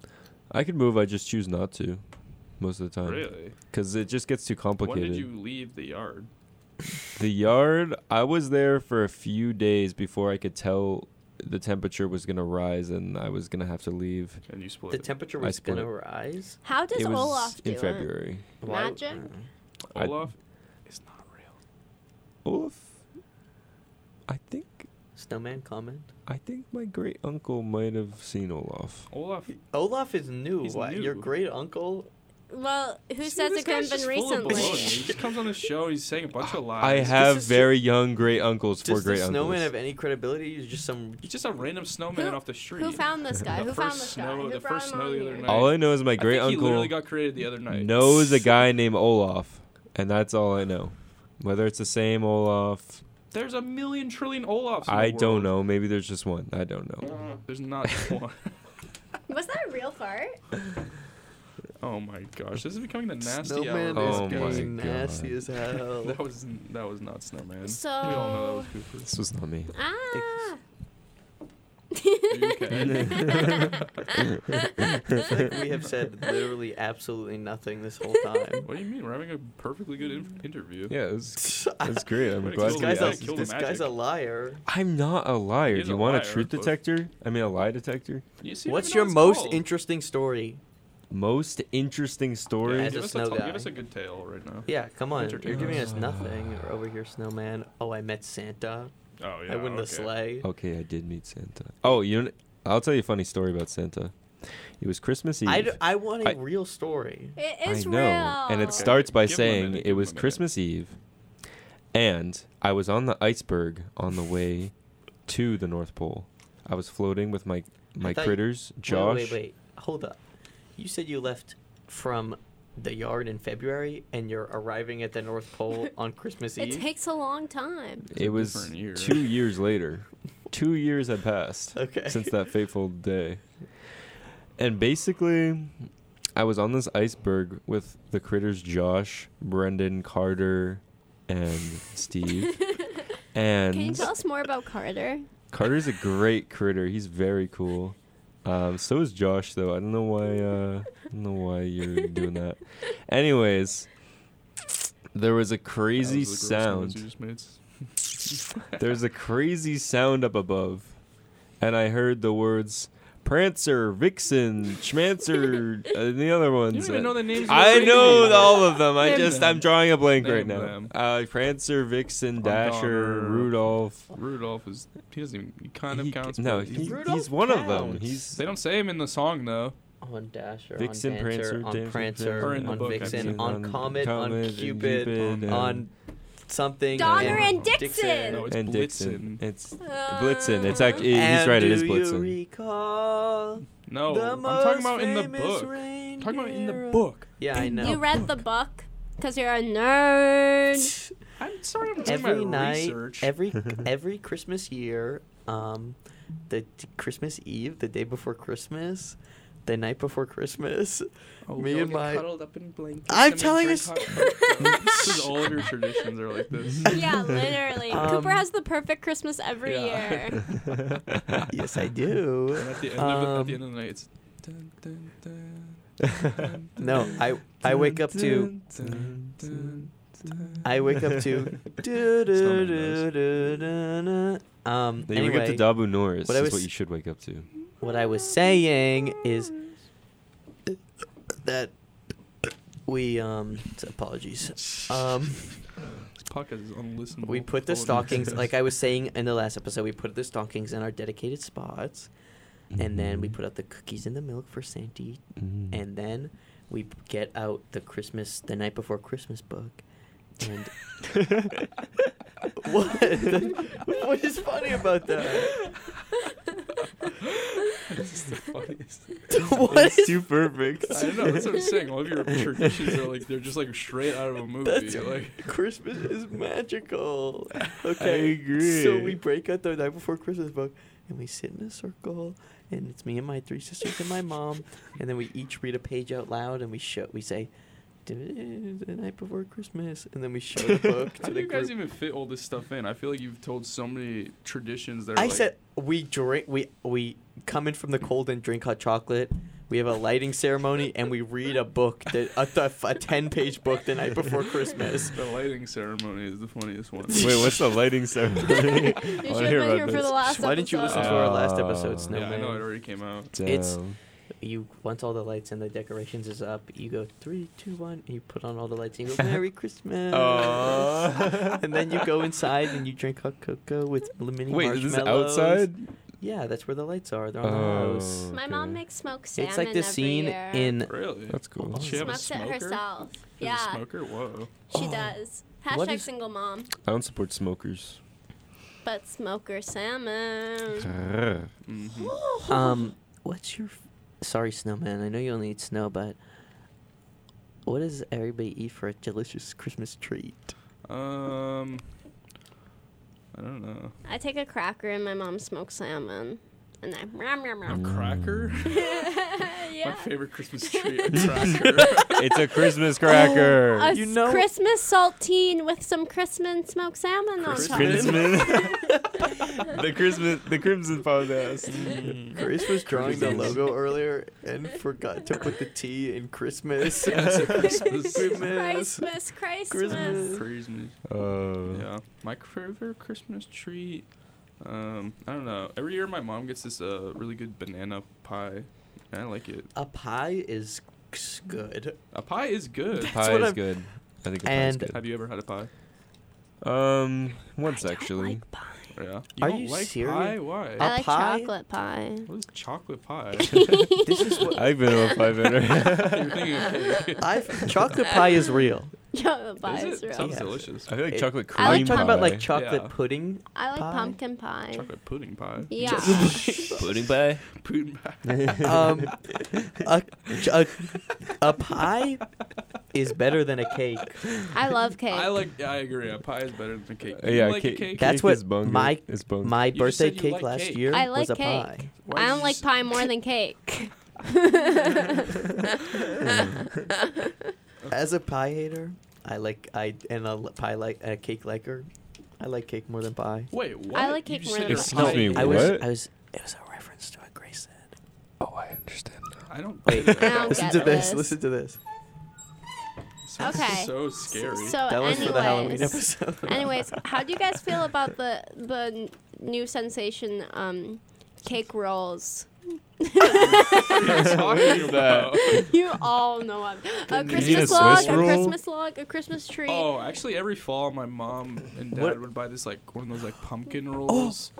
Speaker 5: I could move, I just choose not to most of the time.
Speaker 2: Really?
Speaker 5: Because Uh, it just gets too
Speaker 2: When
Speaker 5: complicated.
Speaker 2: did you leave the yard?
Speaker 5: The yard, I was there for a few days before I could tell the temperature was going to rise and I was going to have to leave.
Speaker 2: And you split.
Speaker 3: The temperature
Speaker 5: I
Speaker 3: was
Speaker 5: split.
Speaker 3: gonna rise.
Speaker 4: How does
Speaker 5: it was
Speaker 4: Olaf do
Speaker 5: in February.
Speaker 4: it?
Speaker 3: Why- uh,
Speaker 4: Magic?
Speaker 5: I-
Speaker 2: Olaf is not real.
Speaker 5: Olaf, I think
Speaker 3: Snowman comment.
Speaker 5: I think my great uncle might have seen Olaf.
Speaker 2: Olaf.
Speaker 3: Olaf is new.
Speaker 2: He's
Speaker 3: Why- Your
Speaker 2: new.
Speaker 3: great uncle.
Speaker 4: Well, who
Speaker 2: See,
Speaker 4: says
Speaker 2: this
Speaker 4: it couldn't
Speaker 2: guy's
Speaker 4: have been
Speaker 2: just full of
Speaker 4: recently?
Speaker 2: baloney. he just comes on the show. He's saying a bunch of lies.
Speaker 5: I have
Speaker 3: is
Speaker 5: very young great uncles for
Speaker 3: Does the
Speaker 5: great
Speaker 3: snowman have
Speaker 5: uncles.
Speaker 3: any credibility? He's just some.
Speaker 2: He's just a random snowman
Speaker 4: Who-
Speaker 2: off the street.
Speaker 4: Who found this guy?
Speaker 2: The
Speaker 4: who found
Speaker 2: first
Speaker 4: this guy?
Speaker 2: snow-
Speaker 4: who
Speaker 2: the
Speaker 4: brought
Speaker 2: first
Speaker 4: him
Speaker 2: snow
Speaker 4: on
Speaker 2: the other
Speaker 4: here?
Speaker 2: night.
Speaker 5: All I know is my
Speaker 2: I
Speaker 5: great
Speaker 2: think He literally
Speaker 5: uncle
Speaker 2: got created the other night.
Speaker 5: knows a guy named Olaf, and that's all I know. Whether it's the same Olaf,
Speaker 2: There's a million trillion Olafs. in the
Speaker 5: I don't
Speaker 2: world.
Speaker 5: know. Maybe there's just one. I don't know.
Speaker 2: There's not one.
Speaker 4: Was that a real fart?
Speaker 2: Oh my gosh, this is becoming the nasty
Speaker 3: snowman
Speaker 2: hour.
Speaker 3: is
Speaker 5: Oh my
Speaker 3: being
Speaker 5: God.
Speaker 3: nasty as hell.
Speaker 2: That was that was not snowman.
Speaker 4: So-
Speaker 2: we all know that was Cooper.
Speaker 5: This was not me.
Speaker 4: Ah.
Speaker 2: Are you okay?
Speaker 3: Like, we have said literally absolutely nothing this whole time.
Speaker 2: what do you mean? We're having a perfectly good in-
Speaker 4: Mm.
Speaker 2: interview.
Speaker 5: Yeah, it was, it's great. I'm
Speaker 2: Way to go,
Speaker 5: glad
Speaker 3: this
Speaker 5: we
Speaker 3: guy's
Speaker 2: guys.
Speaker 5: asked.
Speaker 3: a,
Speaker 2: Kill the
Speaker 3: this guy's
Speaker 2: magic.
Speaker 3: a liar.
Speaker 5: I'm not a liar.
Speaker 2: He
Speaker 5: Do
Speaker 2: is
Speaker 5: you
Speaker 2: a
Speaker 5: want
Speaker 2: liar,
Speaker 5: a truth
Speaker 2: but-
Speaker 5: detector? I mean, a lie detector?
Speaker 2: You see,
Speaker 3: What's your most interesting story?
Speaker 5: Most interesting story?
Speaker 3: Yeah, as a
Speaker 2: give, us
Speaker 3: snow
Speaker 2: t-
Speaker 3: guy.
Speaker 2: give us a good tale right now.
Speaker 3: Yeah, come on.
Speaker 2: Entertain
Speaker 3: You're giving
Speaker 2: us.
Speaker 3: us nothing. You're over here, snowman. Oh, I met Santa.
Speaker 2: Oh yeah.
Speaker 3: I win the
Speaker 2: okay.
Speaker 3: sleigh.
Speaker 5: Okay, I did meet Santa. Oh, you know, I'll tell you a funny story about Santa. It was Christmas Eve.
Speaker 3: I, d- I want a
Speaker 5: I-
Speaker 3: real story.
Speaker 4: It
Speaker 5: I
Speaker 4: is
Speaker 5: know.
Speaker 4: real.
Speaker 5: And it starts by
Speaker 2: Give him a
Speaker 5: saying
Speaker 2: minute,
Speaker 5: it
Speaker 2: give
Speaker 5: was
Speaker 2: him a minute.
Speaker 5: Christmas Eve and I was on the iceberg on the way to the North Pole. I was floating with my my
Speaker 3: thought you-
Speaker 5: critters,
Speaker 3: Wait,
Speaker 5: Josh.
Speaker 3: Wait, wait, Hold up. You said you left from the yard in February and you're arriving at the North Pole on Christmas
Speaker 4: It
Speaker 3: Eve?
Speaker 4: takes a long time.
Speaker 2: a
Speaker 5: It was
Speaker 2: different year.
Speaker 5: 2 years later. 2 years had passed
Speaker 3: Okay.
Speaker 5: since that fateful day. And basically I was on this iceberg with the critters Josh, Brendan, Carter, and Steve. and
Speaker 4: Can you tell us more about Carter?
Speaker 5: Carter's a great critter. He's very cool. Um, so is Josh, though. I don't know why. Uh, I don't know why you're doing that. Anyways, there was a
Speaker 2: That was
Speaker 5: crazy
Speaker 2: the gross noise you
Speaker 5: sound.
Speaker 2: just made.
Speaker 5: There's a crazy sound up above, and I heard the words "Prancer," "Vixen," "Schmancer," uh, and the other ones.
Speaker 2: You don't even know the names. of
Speaker 5: I
Speaker 2: the
Speaker 5: know
Speaker 2: creatures.
Speaker 5: all of them. I
Speaker 2: Name
Speaker 5: just
Speaker 2: them.
Speaker 5: I'm drawing a blank right
Speaker 2: Name
Speaker 5: now.
Speaker 2: them.
Speaker 5: Uh, Prancer, Vixen,
Speaker 2: Madonna.
Speaker 5: Dasher, Rudolph.
Speaker 2: Rudolph is he doesn't even he kind of
Speaker 5: He-
Speaker 2: counts.
Speaker 5: no,
Speaker 2: but
Speaker 5: he,
Speaker 2: he's-
Speaker 5: he's
Speaker 3: Rudolph
Speaker 5: one of them.
Speaker 3: counts.
Speaker 5: He's
Speaker 2: they don't say him in the song though.
Speaker 3: on Dasher,
Speaker 5: Vixen,
Speaker 3: on Dancer,
Speaker 5: Prancer,
Speaker 3: on
Speaker 5: Dancer,
Speaker 3: Prancer,
Speaker 2: Or in the
Speaker 3: on
Speaker 2: book, I
Speaker 3: Vixen,
Speaker 2: mean.
Speaker 3: on Comet, on
Speaker 5: Comet,
Speaker 3: Cupid,
Speaker 5: Cupid, and-
Speaker 3: on something.
Speaker 4: Donner and Dixon.
Speaker 2: No, Oh, it's
Speaker 5: and Dixon.
Speaker 2: Blitzen.
Speaker 5: It's Blitzen.
Speaker 4: Uh,
Speaker 5: It's actually he's
Speaker 3: And
Speaker 5: right. It
Speaker 3: do
Speaker 5: is Blitzen.
Speaker 3: You recall
Speaker 2: No,
Speaker 3: the
Speaker 2: I'm
Speaker 3: most
Speaker 2: talking about in the
Speaker 3: famous
Speaker 2: book. I'm talking about in
Speaker 3: reindeer
Speaker 2: the
Speaker 3: of-
Speaker 2: book.
Speaker 3: Yeah, I know.
Speaker 4: You read the book because you're a nerd.
Speaker 2: I'm sorry, I'm doing
Speaker 3: every
Speaker 2: my
Speaker 3: night,
Speaker 2: research.
Speaker 3: every every Christmas year, um, the t- Christmas Eve, the day before Christmas, the night before Christmas.
Speaker 2: Oh, we
Speaker 3: me
Speaker 2: all
Speaker 3: and
Speaker 2: get
Speaker 3: my-
Speaker 2: cuddled up in blankets
Speaker 3: I'm
Speaker 2: and we
Speaker 3: telling
Speaker 2: drink
Speaker 3: us-
Speaker 2: hot cocoa. this is all of your traditions are like this.
Speaker 4: yeah, literally.
Speaker 3: Um,
Speaker 4: Cooper has the perfect Christmas every
Speaker 2: yeah.
Speaker 4: year.
Speaker 3: Yes, I do.
Speaker 2: And at the end, of, it- at the end of the night, it's. Dun, dun, dun, dun, dun,
Speaker 3: No, I I wake up to Mm.
Speaker 2: dun, dun, dun.
Speaker 3: I wake up to do do do do do. do. Um.
Speaker 5: Then you
Speaker 3: anyway,
Speaker 5: wake up to Dabu Norris.
Speaker 3: what I
Speaker 5: That's
Speaker 3: was-
Speaker 5: what you should wake up to.
Speaker 3: what I was saying is that we um apologies um.
Speaker 2: This podcast is unlistenable.
Speaker 3: We put the
Speaker 2: Apologies.
Speaker 3: stockings, like I was saying in the last episode, we put the stockings in our dedicated spots, and then we
Speaker 5: Mhm.
Speaker 3: put out the cookies and the milk for Santy,
Speaker 5: Mm-hmm. Mm.
Speaker 3: and then we get out the Christmas, the night before Christmas book. And what? what is funny about that?
Speaker 2: This is the funniest.
Speaker 3: what is
Speaker 5: too perfect.
Speaker 2: I know that's what I'm saying. All of your traditions are like they're just like straight out of a movie.
Speaker 3: That's-
Speaker 2: like
Speaker 3: Christmas is magical.
Speaker 5: I
Speaker 3: Okay.
Speaker 5: agree.
Speaker 3: So we break out the night before Christmas book and we sit in a circle and it's me and my three sisters and my mom and then we each read a page out loud and we show we say the night before Christmas and then we show the book
Speaker 2: how
Speaker 3: to
Speaker 2: do
Speaker 3: the
Speaker 2: you guys
Speaker 3: group.
Speaker 2: even fit all this stuff in? I feel like you've told so many traditions that are
Speaker 3: I
Speaker 2: like,
Speaker 3: said we drink we we come in from the cold and drink hot chocolate. We have a lighting ceremony and we read a book, that, a, th- a ten page book the night before Christmas.
Speaker 2: the lighting ceremony is the funniest one.
Speaker 5: Wait, what's the lighting ceremony?
Speaker 4: you should have
Speaker 5: wanna hear
Speaker 4: been
Speaker 5: about
Speaker 4: here for
Speaker 5: this.
Speaker 4: the last
Speaker 3: Why didn't you listen to
Speaker 4: episode.
Speaker 3: our last
Speaker 5: Oh.
Speaker 3: episode,
Speaker 5: no,
Speaker 2: yeah, I
Speaker 3: Snowman?
Speaker 2: know it already came out.
Speaker 3: It's-
Speaker 5: Damn.
Speaker 3: you once all the lights and the decorations is up, you go three, two, one, and you put on all the lights and you go Merry Christmas.
Speaker 5: Aw.
Speaker 3: and then you go inside and you drink hot cocoa with mini
Speaker 5: Wait, is
Speaker 3: marshmallows.
Speaker 5: this outside?
Speaker 3: Yeah, that's where the lights are. They're on the house.
Speaker 5: Oh.
Speaker 4: My
Speaker 5: Okay.
Speaker 4: mom makes smoked salmon.
Speaker 3: It's like this
Speaker 4: every
Speaker 3: scene
Speaker 4: year.
Speaker 3: in
Speaker 2: Really?
Speaker 5: That's cool.
Speaker 2: Does she have a
Speaker 4: smokes it
Speaker 2: smoker?
Speaker 4: herself.
Speaker 2: She's
Speaker 4: Yeah,
Speaker 2: a smoker. Whoa.
Speaker 4: she
Speaker 3: Oh.
Speaker 4: does.
Speaker 3: What
Speaker 4: Hashtag
Speaker 3: is-
Speaker 4: single mom,
Speaker 5: I don't support smokers.
Speaker 4: but smoker salmon.
Speaker 2: hmm
Speaker 3: um. What's your? F- Sorry, Snowman. I know you only eat snow, but what does everybody eat for a delicious Christmas treat?
Speaker 2: Um, I don't know.
Speaker 4: I take a cracker and my mom smokes salmon, and I. Ram, ram,
Speaker 2: A
Speaker 4: ram.
Speaker 2: cracker? My
Speaker 4: yeah.
Speaker 2: favorite Christmas treat, a cracker.
Speaker 5: it's a Christmas cracker.
Speaker 4: A
Speaker 3: You
Speaker 4: s-
Speaker 3: know-
Speaker 4: Christmas saltine with some Christmas smoked salmon on top.
Speaker 2: Christmas.
Speaker 5: the Christmas, the Crimson Podcast.
Speaker 3: Grace was drawing the
Speaker 2: Christmas.
Speaker 3: logo earlier and forgot to put the T in Christmas.
Speaker 2: Christmas.
Speaker 3: Christmas.
Speaker 4: Christmas, Christmas.
Speaker 3: Christmas.
Speaker 2: Christmas.
Speaker 5: Oh.
Speaker 2: Yeah. My favorite Christmas treat. Um, I don't know. Every year, my mom gets this uh really good banana pie. And I like it.
Speaker 3: A pie is s- good.
Speaker 2: A pie is good.
Speaker 3: That's
Speaker 5: Pie
Speaker 3: what
Speaker 5: is
Speaker 3: I'm-
Speaker 5: good. I think a
Speaker 3: And-
Speaker 5: pie is
Speaker 2: Have you ever had a pie?
Speaker 5: good. Um,
Speaker 4: I
Speaker 5: once
Speaker 4: don't
Speaker 5: actually.
Speaker 4: like pie.
Speaker 2: Yeah.
Speaker 3: Are
Speaker 2: don't
Speaker 3: you
Speaker 2: like
Speaker 3: serious?
Speaker 2: pie? Why?
Speaker 3: A
Speaker 4: I like
Speaker 3: pie?
Speaker 4: chocolate pie.
Speaker 2: What is chocolate pie?
Speaker 3: This is what
Speaker 5: I've been on a pie better.
Speaker 2: You're thinking of cake.
Speaker 3: I've chocolate pie is real.
Speaker 4: chocolate pie
Speaker 2: Is
Speaker 4: is,
Speaker 2: it?
Speaker 4: real.
Speaker 2: Sounds
Speaker 3: Yeah.
Speaker 2: delicious.
Speaker 5: I feel like
Speaker 3: It-
Speaker 5: chocolate
Speaker 4: I
Speaker 5: cream
Speaker 3: Are
Speaker 4: like
Speaker 3: you
Speaker 5: pie.
Speaker 3: talking about like chocolate
Speaker 2: Yeah.
Speaker 3: pudding?
Speaker 4: I like
Speaker 3: Pie.
Speaker 4: pumpkin pie.
Speaker 2: Chocolate pudding pie.
Speaker 4: Yeah.
Speaker 5: pudding pie?
Speaker 2: Pudding pie.
Speaker 3: Um, a, a, a pie is better than a cake.
Speaker 4: I love cake.
Speaker 2: I like. I agree. A pie is better than a cake.
Speaker 5: Uh,
Speaker 2: You
Speaker 5: yeah,
Speaker 2: like
Speaker 5: cake-
Speaker 2: a cake.
Speaker 5: cake.
Speaker 3: That's what
Speaker 5: is bonger.
Speaker 3: my-
Speaker 5: It's bonger.
Speaker 3: My
Speaker 2: just said
Speaker 3: birthday
Speaker 2: you
Speaker 3: cake
Speaker 2: like
Speaker 3: last
Speaker 2: cake.
Speaker 3: year
Speaker 4: I
Speaker 3: was
Speaker 4: like
Speaker 3: a
Speaker 4: cake.
Speaker 3: pie.
Speaker 2: Why
Speaker 4: I
Speaker 2: did
Speaker 4: don't
Speaker 2: you
Speaker 4: like
Speaker 2: s-
Speaker 4: pie more than cake.
Speaker 3: As a pie hater, I like I and a l- pie like a cake liker. I like cake more than pie.
Speaker 2: Wait, what?
Speaker 4: like
Speaker 2: You
Speaker 4: cake
Speaker 2: just
Speaker 4: more
Speaker 2: said
Speaker 4: than
Speaker 2: a
Speaker 5: Excuse
Speaker 2: pie.
Speaker 5: me,
Speaker 3: I
Speaker 5: what?
Speaker 3: was I was it was a reference to what Grace said.
Speaker 5: Oh, I understand.
Speaker 2: I don't.
Speaker 3: Wait,
Speaker 2: get
Speaker 4: I
Speaker 2: that.
Speaker 4: don't
Speaker 3: listen
Speaker 4: get
Speaker 3: to this,
Speaker 4: this.
Speaker 3: Listen to this.
Speaker 2: Sounds
Speaker 4: Okay.
Speaker 2: So scary.
Speaker 4: So,
Speaker 3: That was
Speaker 4: Oh, anyways,
Speaker 3: for the Halloween episode.
Speaker 4: anyways, how do you guys feel about the the n- new sensation, um, cake rolls?
Speaker 2: What
Speaker 5: is that?
Speaker 4: You all know what. A
Speaker 5: you need a
Speaker 4: Christmas log,
Speaker 5: Swiss
Speaker 4: a
Speaker 5: roll?
Speaker 4: Christmas log, a Christmas tree.
Speaker 2: Oh, actually, every fall my mom and dad
Speaker 3: What-
Speaker 2: would buy this like one of those like
Speaker 5: Oh.
Speaker 2: pumpkin rolls.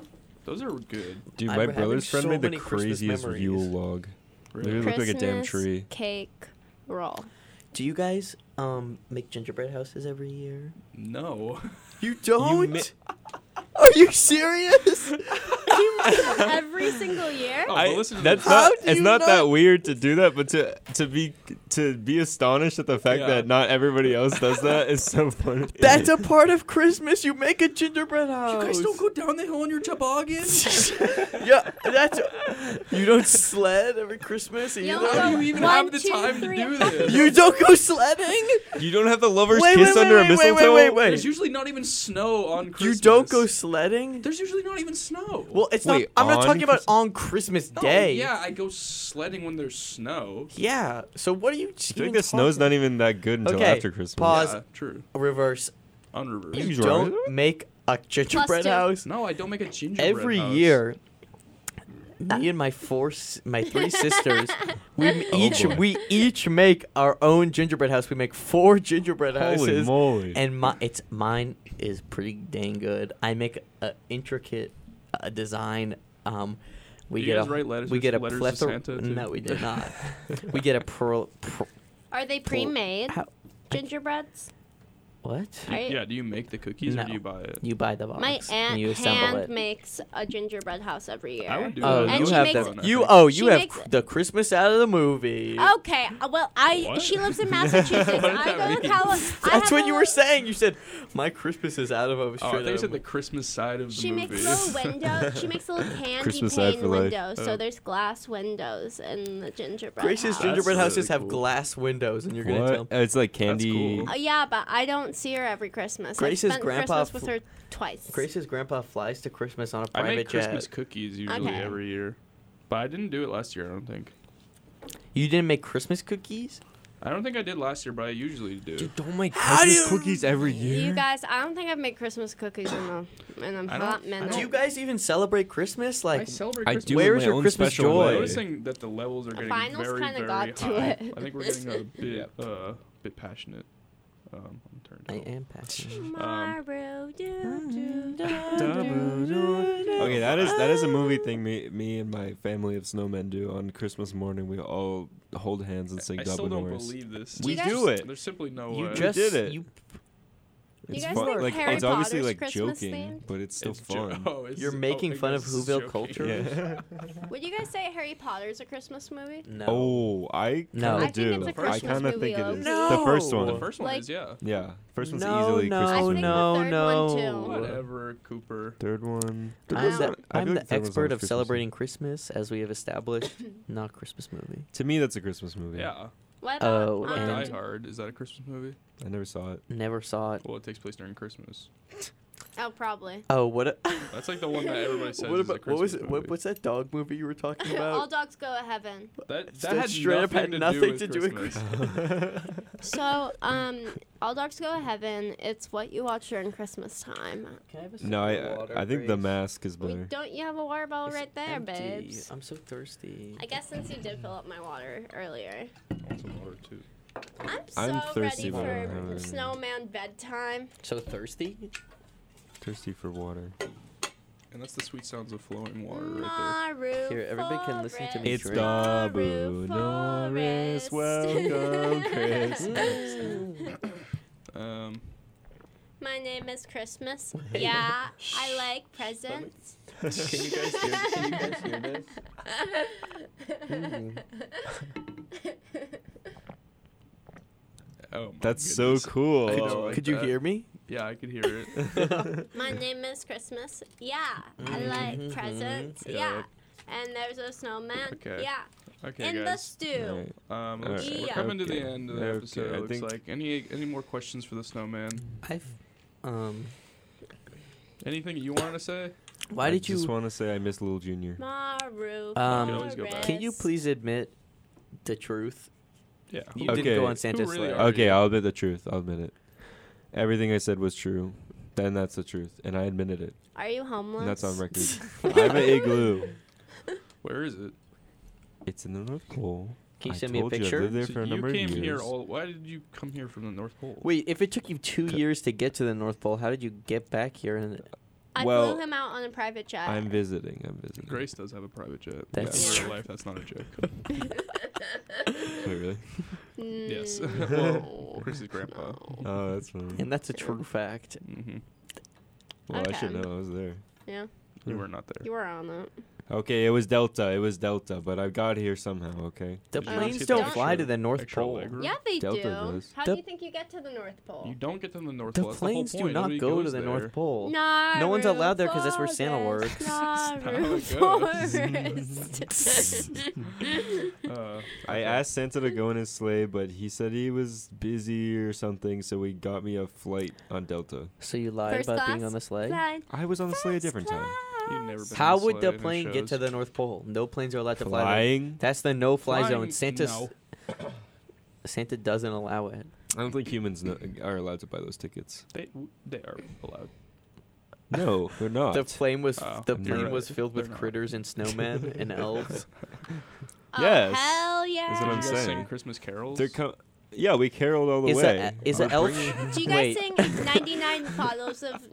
Speaker 2: Those are good.
Speaker 5: Dude,
Speaker 3: I'm
Speaker 5: my
Speaker 3: having
Speaker 5: brother's friend
Speaker 3: so
Speaker 5: made the
Speaker 3: many Christmas
Speaker 5: craziest
Speaker 3: memories.
Speaker 5: Yule log.
Speaker 2: Really?
Speaker 5: Really? It looked like a damn
Speaker 4: Christmas
Speaker 5: tree.
Speaker 4: Cake roll.
Speaker 3: Do you guys um make gingerbread houses every year?
Speaker 2: No.
Speaker 3: You
Speaker 5: don't?
Speaker 3: Are you serious?
Speaker 4: Every single year.
Speaker 2: Oh,
Speaker 5: I,
Speaker 2: but listen to
Speaker 5: that's
Speaker 2: this.
Speaker 3: How
Speaker 5: not.
Speaker 3: do
Speaker 5: It's
Speaker 3: you
Speaker 5: not
Speaker 3: not-
Speaker 5: that weird to do that, but to to be to be astonished at the fact
Speaker 2: Yeah.
Speaker 5: that not everybody else does that is so funny.
Speaker 3: That's a part of Christmas. You make a gingerbread house.
Speaker 2: go down the hill in your toboggan.
Speaker 3: yeah, that's. You don't sled every Christmas either.
Speaker 4: You
Speaker 2: How do you even
Speaker 4: One,
Speaker 2: have the
Speaker 4: two,
Speaker 2: time
Speaker 4: three.
Speaker 2: to do this?
Speaker 3: You don't go sledding.
Speaker 5: you don't have the lovers
Speaker 3: Wait,
Speaker 5: kiss
Speaker 3: wait,
Speaker 5: under
Speaker 3: wait,
Speaker 5: a
Speaker 3: wait, wait,
Speaker 5: mistletoe.
Speaker 3: wait, wait.
Speaker 2: There's usually not even snow on
Speaker 3: You
Speaker 2: Christmas.
Speaker 3: don't go sledding.
Speaker 2: There's usually not even snow.
Speaker 3: Well, it's
Speaker 5: Wait,
Speaker 3: not. I'm not
Speaker 5: on
Speaker 3: talking about
Speaker 5: Christmas-
Speaker 3: on Christmas
Speaker 2: No,
Speaker 3: Day.
Speaker 2: Oh, Yeah, I go sledding when there's snow.
Speaker 3: Yeah. So what are you?
Speaker 5: I think the snow's not even that good until
Speaker 3: Okay,
Speaker 5: after Christmas.
Speaker 3: pause.
Speaker 2: Yeah, true.
Speaker 3: reverse.
Speaker 2: On reverse.
Speaker 3: You
Speaker 5: He's
Speaker 3: don't
Speaker 5: right.
Speaker 3: make a gingerbread
Speaker 4: two.
Speaker 3: house
Speaker 2: No, I don't make a gingerbread
Speaker 3: every
Speaker 2: house.
Speaker 3: year.
Speaker 4: Uh.
Speaker 3: Me and my four, s- my three sisters, we m-
Speaker 5: Oh
Speaker 3: each
Speaker 5: boy.
Speaker 3: we each make our own gingerbread house. We make four gingerbread
Speaker 5: Holy
Speaker 3: houses,
Speaker 5: moly!
Speaker 3: and my it's mine is pretty dang good. I make a intricate uh, design. Um, we
Speaker 2: Do you
Speaker 3: get
Speaker 2: guys
Speaker 3: a
Speaker 2: write letters-
Speaker 3: we get a
Speaker 2: letters to
Speaker 3: plethora.
Speaker 2: Santa, too?
Speaker 3: no, we did not. we get a pearl. pearl
Speaker 4: Are they pre-made
Speaker 3: how-
Speaker 4: gingerbreads?
Speaker 3: What?
Speaker 2: Do you-
Speaker 4: Right?
Speaker 2: Yeah, do you make the cookies or
Speaker 3: No.
Speaker 2: do you buy it?
Speaker 3: You buy the box.
Speaker 4: My
Speaker 3: and you
Speaker 4: aunt
Speaker 3: assemble
Speaker 4: hand
Speaker 3: it.
Speaker 4: makes a gingerbread house every year.
Speaker 2: I would do
Speaker 3: Oh,
Speaker 2: that.
Speaker 4: And
Speaker 3: you
Speaker 4: she
Speaker 3: have
Speaker 4: makes
Speaker 3: that.
Speaker 4: it-
Speaker 2: I
Speaker 3: You
Speaker 2: think.
Speaker 3: oh, you
Speaker 4: She
Speaker 3: have
Speaker 4: makes it-
Speaker 3: the Christmas out of the movie.
Speaker 4: Okay, uh, well, I
Speaker 2: What?
Speaker 4: she lives in Massachusetts.
Speaker 2: What does
Speaker 4: I
Speaker 2: that
Speaker 4: go to
Speaker 2: mean?
Speaker 4: Cali- I
Speaker 3: That's
Speaker 4: have
Speaker 3: what
Speaker 4: a
Speaker 3: you were
Speaker 4: little-
Speaker 3: saying. You said my Christmas is out of a
Speaker 2: Oh, I thought you said the
Speaker 3: straight
Speaker 2: Christmas side of the
Speaker 4: She
Speaker 2: movie.
Speaker 4: makes little windows. She makes little candy
Speaker 5: Christmas ad for
Speaker 4: pane
Speaker 5: life.
Speaker 4: windows. So
Speaker 2: Oh.
Speaker 4: there's glass windows in the gingerbread
Speaker 3: Grace's
Speaker 4: house.
Speaker 3: gingerbread
Speaker 2: really
Speaker 3: houses have
Speaker 2: cool.
Speaker 3: glass windows, and you're gonna tell
Speaker 5: What?
Speaker 3: me
Speaker 5: It's like candy.
Speaker 2: cool.
Speaker 4: Uh, yeah, but I don't see her every Christmas.
Speaker 3: Grace's
Speaker 4: I spent
Speaker 3: grandpa
Speaker 4: Christmas with
Speaker 3: fl-
Speaker 4: her twice.
Speaker 3: Grace's grandpa flies to Christmas on a
Speaker 2: I
Speaker 3: private
Speaker 2: make
Speaker 3: jet.
Speaker 2: Christmas cookies usually
Speaker 4: Okay.
Speaker 2: every year, but I didn't do it last year. I don't think.
Speaker 3: You didn't make Christmas cookies?
Speaker 2: I don't think I did last year, but I usually do.
Speaker 5: Dude, don't make
Speaker 3: How do
Speaker 5: Christmas
Speaker 3: you-
Speaker 5: cookies every year.
Speaker 4: You guys, I don't think I've made Christmas cookies in a in a
Speaker 2: I don't-
Speaker 4: hot
Speaker 2: I
Speaker 4: minute.
Speaker 3: Do
Speaker 2: don't-
Speaker 3: you guys even celebrate Christmas? Like,
Speaker 2: I celebrate
Speaker 5: I
Speaker 2: Christmas.
Speaker 5: do it
Speaker 3: Where is
Speaker 5: my
Speaker 3: your
Speaker 5: own
Speaker 3: Christmas
Speaker 5: special
Speaker 3: joy?
Speaker 5: way.
Speaker 2: I'm noticing that the levels are getting
Speaker 4: finals
Speaker 2: very,
Speaker 4: kinda
Speaker 2: very
Speaker 4: got to
Speaker 2: high.
Speaker 4: it.
Speaker 2: I think we're getting a bit, uh, bit passionate. Um, I'm turned.
Speaker 3: I
Speaker 2: off.
Speaker 3: am passionate.
Speaker 4: Tomorrow, do, do, do.
Speaker 2: Um,
Speaker 5: Okay, that is that is a movie thing. Me, me and my family of snowmen do on Christmas morning. We all hold hands and sing
Speaker 2: I still
Speaker 5: Dublin
Speaker 2: don't
Speaker 5: Wars.
Speaker 2: believe this.
Speaker 5: We
Speaker 4: you guys-
Speaker 5: do it.
Speaker 2: There's simply no
Speaker 3: You
Speaker 2: way.
Speaker 3: just
Speaker 5: did it.
Speaker 3: You,
Speaker 4: You
Speaker 5: It's
Speaker 4: guys
Speaker 5: fun.
Speaker 4: think
Speaker 5: Like
Speaker 4: Harry
Speaker 5: it's obviously
Speaker 4: Potter's
Speaker 5: like
Speaker 4: Christmas
Speaker 5: joking,
Speaker 4: themed?
Speaker 5: but it's still
Speaker 2: It's jo-
Speaker 5: fun.
Speaker 2: oh, it's-
Speaker 3: you're
Speaker 2: oh,
Speaker 3: making
Speaker 2: I
Speaker 3: fun of
Speaker 2: guess it's
Speaker 3: Whoville
Speaker 2: joking.
Speaker 3: culture.
Speaker 5: Yeah.
Speaker 4: Would you guys say Harry Potter's a Christmas movie?
Speaker 3: No.
Speaker 5: Oh, I
Speaker 3: No.
Speaker 5: kind
Speaker 3: I
Speaker 5: of
Speaker 4: think it's
Speaker 5: do.
Speaker 4: a
Speaker 5: I
Speaker 4: Christmas
Speaker 5: kind of
Speaker 4: movie,
Speaker 5: think it
Speaker 4: Oak.
Speaker 5: is the first
Speaker 3: No.
Speaker 5: one.
Speaker 2: The first one
Speaker 4: Like-
Speaker 2: is yeah.
Speaker 5: Yeah, first one's
Speaker 3: No,
Speaker 5: easily
Speaker 3: no,
Speaker 5: Christmas.
Speaker 4: I
Speaker 5: movie.
Speaker 4: think
Speaker 3: no,
Speaker 4: the third
Speaker 3: no.
Speaker 4: one too.
Speaker 3: What?
Speaker 2: Whatever, Cooper.
Speaker 5: Third one. Third
Speaker 4: I
Speaker 5: one's
Speaker 3: I'm
Speaker 4: don't-
Speaker 5: not-
Speaker 3: the,
Speaker 5: I feel
Speaker 3: I'm
Speaker 5: like
Speaker 3: the
Speaker 5: third one's
Speaker 3: expert
Speaker 5: always
Speaker 3: of
Speaker 5: Christmas.
Speaker 3: celebrating Christmas, as we have established. Not Christmas movie.
Speaker 5: To me, that's a Christmas movie.
Speaker 2: Yeah.
Speaker 4: What Um, about,
Speaker 3: Oh,
Speaker 2: What about
Speaker 3: and-
Speaker 2: Die Hard? Is that a Christmas movie?
Speaker 5: I never saw it.
Speaker 3: Never saw it.
Speaker 2: Well, it takes place during Christmas.
Speaker 4: oh, probably.
Speaker 3: Oh, what? A,
Speaker 2: That's like the one that everybody says.
Speaker 3: what
Speaker 2: is a
Speaker 3: about? What was
Speaker 2: Christmas
Speaker 3: it? What,
Speaker 2: movie.
Speaker 3: what's that dog movie you were talking
Speaker 4: All
Speaker 3: about?
Speaker 4: dogs go to heaven.
Speaker 2: that? That
Speaker 3: That
Speaker 2: had
Speaker 3: straight up had
Speaker 2: nothing,
Speaker 3: nothing
Speaker 2: to
Speaker 3: to do
Speaker 2: do
Speaker 3: with
Speaker 2: with Christmas.
Speaker 4: So, um, All Dogs Go to Heaven. It's what you watch during Christmas time.
Speaker 5: No, I I think the mask is
Speaker 4: We,
Speaker 5: better.
Speaker 4: don't you have a water bottle right there, babes?
Speaker 3: I'm so thirsty.
Speaker 4: I guess since you did fill up my water earlier,
Speaker 2: I want some water too.
Speaker 4: I'm so
Speaker 5: I'm
Speaker 4: ready
Speaker 5: thirsty, but I
Speaker 4: for
Speaker 5: don't have any.
Speaker 4: snowman bedtime.
Speaker 3: So thirsty?
Speaker 5: Thirsty for water.
Speaker 2: And that's the sweet sounds of flowing water right
Speaker 4: Maru
Speaker 3: Here, everybody can listen to me
Speaker 5: It's
Speaker 3: drink.
Speaker 5: Babu
Speaker 4: Maru
Speaker 5: Norris.
Speaker 4: Forrest.
Speaker 5: Welcome, Chris.
Speaker 2: there. Um,
Speaker 4: My name is Christmas. Yeah, I like presents.
Speaker 2: can you guys hear? Can you guys hear this? Oh, my
Speaker 5: That's
Speaker 2: goodness.
Speaker 5: so cool.
Speaker 2: I know. like
Speaker 3: Could you
Speaker 2: that.
Speaker 3: hear me?
Speaker 2: Yeah, I could hear it.
Speaker 4: My name is Christmas. Yeah, I
Speaker 2: Mm-hmm,
Speaker 4: like presents.
Speaker 2: Yeah.
Speaker 4: Yeah, and there's a snowman.
Speaker 2: mm-hmm. Okay.
Speaker 4: Yeah,
Speaker 2: Okay,
Speaker 4: in the
Speaker 2: guys.
Speaker 4: stew.
Speaker 5: Alright.
Speaker 2: Um,
Speaker 5: All
Speaker 2: looks-
Speaker 4: right.
Speaker 2: we're coming to the
Speaker 5: Okay.
Speaker 2: end of the
Speaker 5: Okay,
Speaker 2: episode.
Speaker 5: I
Speaker 2: It looks
Speaker 5: think-
Speaker 2: like any any more questions for the snowman?
Speaker 3: I've. Um.
Speaker 2: Anything you wanted to say?
Speaker 3: Why
Speaker 5: I
Speaker 3: did you?
Speaker 5: just want to say I miss Little Junior.
Speaker 4: Maru
Speaker 3: Um, You
Speaker 2: always go back.
Speaker 3: Can you
Speaker 4: Forrest.
Speaker 3: please admit the truth?
Speaker 2: Yeah.
Speaker 3: You
Speaker 5: Okay.
Speaker 3: didn't go on Santa's
Speaker 2: really
Speaker 3: sleigh.
Speaker 2: are-
Speaker 5: Okay, I'll admit the truth. I'll admit it. Everything I said was true. Then that's the truth, and I admitted it.
Speaker 4: Are you homeless?
Speaker 5: And that's on record. I'm an igloo.
Speaker 2: Where is it?
Speaker 5: It's in the North Pole.
Speaker 3: Can you
Speaker 5: I
Speaker 3: send me a
Speaker 5: told you I
Speaker 3: picture?
Speaker 5: lived there
Speaker 2: So
Speaker 5: for a
Speaker 2: you
Speaker 5: number of
Speaker 2: came here
Speaker 5: years.
Speaker 2: all. Why did you come here from the North Pole?
Speaker 3: Wait, if it took you two years to get to the North Pole, how did you get back here? And
Speaker 4: I
Speaker 5: Well,
Speaker 4: flew him out on a private jet.
Speaker 5: I'm visiting. I'm visiting.
Speaker 2: Grace does have a private jet.
Speaker 3: That's
Speaker 2: That's
Speaker 4: true.
Speaker 2: in real life. That's not a joke.
Speaker 5: Wait, really?
Speaker 2: yes.
Speaker 4: Mm,
Speaker 2: well, Chris's grandpa.
Speaker 4: no.
Speaker 5: Oh, that's funny.
Speaker 3: and that's a true fact.
Speaker 2: hmm
Speaker 5: Well, I should
Speaker 4: Okay.
Speaker 5: know. I was there.
Speaker 4: Yeah,
Speaker 2: You were not there.
Speaker 4: you were on it.
Speaker 5: Okay, it was Delta. It was Delta, but I got here somehow. Okay.
Speaker 3: The
Speaker 2: Did you
Speaker 4: not
Speaker 3: planes
Speaker 4: get
Speaker 3: don't
Speaker 4: the
Speaker 3: fly to
Speaker 2: extra-
Speaker 3: the North
Speaker 2: extra
Speaker 3: Pole.
Speaker 2: leg room?
Speaker 4: Yeah, they
Speaker 5: Delta
Speaker 4: do.
Speaker 5: does.
Speaker 4: How
Speaker 3: The-
Speaker 4: do you think you get to the North Pole?
Speaker 2: You don't get to the North
Speaker 3: The
Speaker 2: Pole. That's whole
Speaker 3: planes do
Speaker 2: point.
Speaker 3: not
Speaker 2: Nobody
Speaker 3: go to
Speaker 2: goes
Speaker 3: the
Speaker 2: there.
Speaker 3: North Pole.
Speaker 4: No,
Speaker 3: No one's allowed there 'cause that's where Santa works.
Speaker 2: Uh,
Speaker 5: I asked Santa to go in his sleigh, but he said he was busy or something, so he got me a flight on Delta.
Speaker 3: So you lied
Speaker 4: First
Speaker 3: about
Speaker 4: class,
Speaker 3: being on the sleigh.
Speaker 5: I was on the sleigh a different time.
Speaker 2: You've never been
Speaker 3: How
Speaker 2: on a
Speaker 3: would
Speaker 2: sleigh,
Speaker 3: the
Speaker 2: no
Speaker 3: plane get to
Speaker 2: shows.
Speaker 3: the North Pole? No planes are allowed to fly. there.
Speaker 5: Flying?
Speaker 3: That's the no-fly zone.
Speaker 2: Flying?
Speaker 3: Santa
Speaker 2: No.
Speaker 3: Santa doesn't allow it.
Speaker 5: I don't think humans know, are allowed to buy those tickets.
Speaker 2: They they are allowed.
Speaker 5: No, they're not.
Speaker 3: The plane was
Speaker 2: Oh,
Speaker 3: the
Speaker 5: I'm
Speaker 3: plane
Speaker 5: right.
Speaker 3: was filled with
Speaker 2: They're not.
Speaker 3: critters and snowmen and elves.
Speaker 5: Yes.
Speaker 4: Oh, Hell yeah.
Speaker 5: That's what I'm
Speaker 2: Did you guys
Speaker 5: saying.
Speaker 2: sing Christmas carols?
Speaker 5: They're co- yeah, we caroled all the
Speaker 3: Is
Speaker 5: way.
Speaker 3: a e, is
Speaker 5: I
Speaker 3: a
Speaker 5: was
Speaker 3: elf?
Speaker 5: bringing-
Speaker 4: Do you guys
Speaker 3: Wait.
Speaker 4: sing 99 bottles of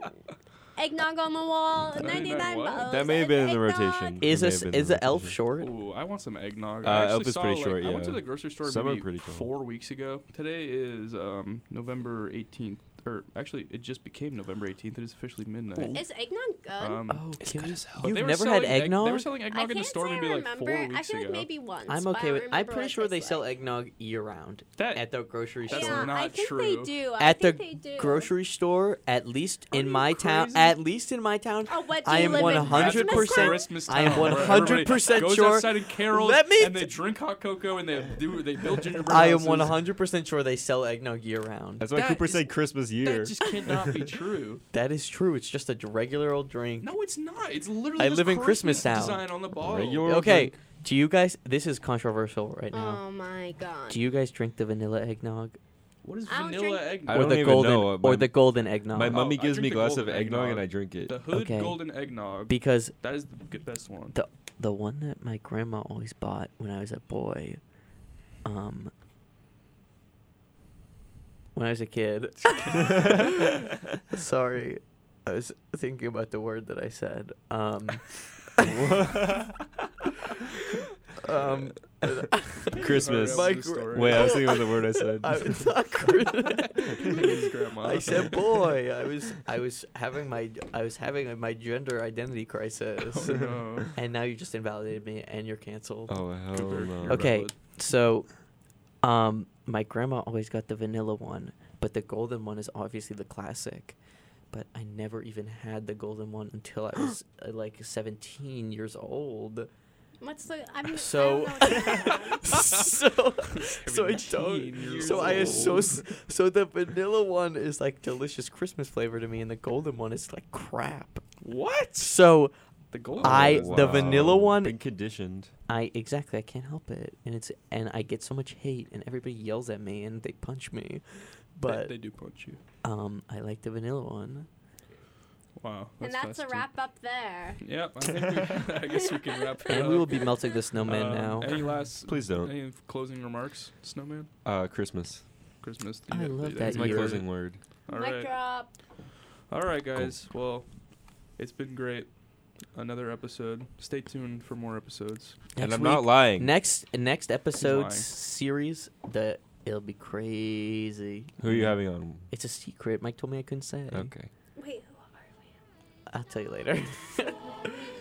Speaker 4: eggnog on the wall? 99
Speaker 2: 99 what?
Speaker 4: bottles.
Speaker 5: That may have been in the
Speaker 4: of eggnog?
Speaker 5: rotation.
Speaker 3: Is
Speaker 5: It
Speaker 3: a
Speaker 5: may have
Speaker 3: s-
Speaker 5: been in
Speaker 3: is
Speaker 5: the
Speaker 3: a elf
Speaker 5: rotation.
Speaker 3: short?
Speaker 4: Oh,
Speaker 2: Ooh, I want some eggnog.
Speaker 5: Uh,
Speaker 2: I actually
Speaker 5: Elf is
Speaker 2: saw,
Speaker 5: pretty
Speaker 2: like-
Speaker 5: short,
Speaker 2: I went to
Speaker 5: yeah.
Speaker 2: the grocery store
Speaker 5: Some are
Speaker 2: maybe
Speaker 5: pretty tall.
Speaker 2: four weeks ago. Today is um, November 18th. or actually, it just became November 18th. It is officially midnight.
Speaker 4: Is eggnog good?
Speaker 2: Um,
Speaker 3: Oh,
Speaker 5: It's
Speaker 3: can
Speaker 5: good
Speaker 3: you-
Speaker 5: as
Speaker 2: but
Speaker 5: hell.
Speaker 2: they
Speaker 3: You've
Speaker 2: were
Speaker 3: never had
Speaker 2: selling egg- They were
Speaker 3: eggnog?
Speaker 2: selling
Speaker 4: I
Speaker 2: eggnog in
Speaker 4: can't
Speaker 2: the store
Speaker 4: say I
Speaker 2: maybe like
Speaker 4: remember.
Speaker 2: four weeks
Speaker 4: I feel
Speaker 2: ago.
Speaker 4: like maybe once.
Speaker 3: I'm
Speaker 4: but
Speaker 3: okay
Speaker 4: I
Speaker 3: with. I'm
Speaker 4: remember
Speaker 3: pretty
Speaker 4: what
Speaker 3: sure they
Speaker 4: tastes
Speaker 3: sell
Speaker 4: like.
Speaker 3: eggnog year round
Speaker 2: That-
Speaker 3: at the grocery
Speaker 2: That's
Speaker 3: store.
Speaker 4: yeah, I
Speaker 2: not
Speaker 4: think
Speaker 2: true.
Speaker 4: they do. I
Speaker 3: at the
Speaker 4: think they do.
Speaker 3: grocery store, at least
Speaker 2: Are
Speaker 3: in
Speaker 2: you
Speaker 3: my town,
Speaker 2: crazy?
Speaker 3: at least in my town,
Speaker 4: Oh, what, do
Speaker 3: I
Speaker 4: you
Speaker 3: am
Speaker 4: live in
Speaker 3: one hundred
Speaker 2: Christmas
Speaker 3: percent.
Speaker 2: town
Speaker 3: I am
Speaker 2: where
Speaker 3: one hundred percent
Speaker 2: everybody Goes
Speaker 3: sure.
Speaker 2: outside and carols,
Speaker 3: Let me
Speaker 2: and they
Speaker 3: t-
Speaker 2: drink hot cocoa, and they do they build gingerbread.
Speaker 3: I am one
Speaker 2: houses.
Speaker 3: hundred percent sure they sell eggnog year round.
Speaker 5: That's why
Speaker 2: That
Speaker 5: Cooper
Speaker 2: is-
Speaker 5: said Christmas year.
Speaker 2: That just cannot be true.
Speaker 3: That is true. It's just a regular old drink.
Speaker 2: No, it's not. It's literally.
Speaker 3: I
Speaker 2: just
Speaker 3: live in Christmas town.
Speaker 2: design on the bottle.
Speaker 5: Regular-
Speaker 3: Okay, do you guys? This is controversial right now.
Speaker 4: Oh my god.
Speaker 3: Do you guys drink the vanilla eggnog
Speaker 2: What is
Speaker 4: I don't
Speaker 2: vanilla
Speaker 4: drink-
Speaker 5: I
Speaker 2: eggnog?
Speaker 3: or
Speaker 5: don't
Speaker 3: the
Speaker 5: even
Speaker 3: golden
Speaker 5: know, uh, my-
Speaker 3: or the golden eggnog?
Speaker 5: My mummy
Speaker 2: I
Speaker 5: gives
Speaker 2: drink
Speaker 5: me a
Speaker 2: the
Speaker 5: glass of
Speaker 2: golden
Speaker 5: eggnog, and
Speaker 2: eggnog.
Speaker 5: I drink it.
Speaker 2: The hood
Speaker 3: Okay.
Speaker 2: golden eggnog.
Speaker 3: because
Speaker 2: that is the g- best one.
Speaker 3: the the one that my grandma always bought when I was a boy, um, when I was a kid. Sorry, I was thinking about the word that I said. Um, um,
Speaker 5: Christmas.
Speaker 2: Alright, that
Speaker 3: Mike,
Speaker 2: was the story.
Speaker 5: Wait, I was thinking about the word I said.
Speaker 3: I was not
Speaker 2: His grandma.
Speaker 3: I said, "Boy, I was, I was having my, I was having my gender identity crisis."
Speaker 2: Oh, no.
Speaker 3: And now you just invalidated me, and you're canceled.
Speaker 5: oh hell
Speaker 2: Cooper,
Speaker 5: no.
Speaker 2: you're
Speaker 3: Okay,
Speaker 2: valid.
Speaker 3: so, um, my grandma always got the vanilla one, but the golden one is obviously the classic. But I never even had the golden one until I was uh, like 17 years old.
Speaker 4: What's the? I'm
Speaker 3: So-
Speaker 4: I don't know what you're
Speaker 3: so,
Speaker 4: on.
Speaker 3: so I
Speaker 2: 17
Speaker 3: don't.
Speaker 2: years
Speaker 3: So I
Speaker 2: old.
Speaker 3: associ- So the vanilla one is like delicious Christmas flavor to me, and the golden one is like crap.
Speaker 2: What?
Speaker 3: So
Speaker 2: The golden.
Speaker 3: I-
Speaker 2: one is-
Speaker 3: the vanilla one-
Speaker 5: Been conditioned.
Speaker 3: I exactly I can't help it, and it's and I get so much hate, and everybody yells at me, and they punch me.
Speaker 2: They-
Speaker 3: But
Speaker 2: they, do punch you.
Speaker 3: um, I like the vanilla one.
Speaker 2: Wow.
Speaker 4: and that's a
Speaker 2: festive.
Speaker 4: wrap up there.
Speaker 2: Yep. I, think we, I guess we can wrap it
Speaker 3: And
Speaker 2: up.
Speaker 3: we will be melting the snowman
Speaker 2: Um,
Speaker 3: now.
Speaker 2: Any last?
Speaker 5: Please don't.
Speaker 2: Any closing remarks, Snowman?
Speaker 5: Uh, Christmas.
Speaker 2: Christmas.
Speaker 3: I
Speaker 2: yeah,
Speaker 3: love
Speaker 5: That's
Speaker 3: that
Speaker 5: my
Speaker 3: year.
Speaker 5: closing word.
Speaker 2: All
Speaker 4: Mic
Speaker 2: right.
Speaker 4: drop.
Speaker 2: All right, guys. Well, it's been great. Another episode. Stay tuned for more episodes.
Speaker 5: and
Speaker 3: Next
Speaker 5: I'm not
Speaker 3: week-
Speaker 5: lying.
Speaker 3: Next next episode
Speaker 2: lying.
Speaker 3: series, the it'll be crazy.
Speaker 5: Who are you having on?
Speaker 3: It's a secret. Mike told me I couldn't say.
Speaker 5: Okay.
Speaker 4: Wait, who are
Speaker 3: I'll tell you later.
Speaker 4: we?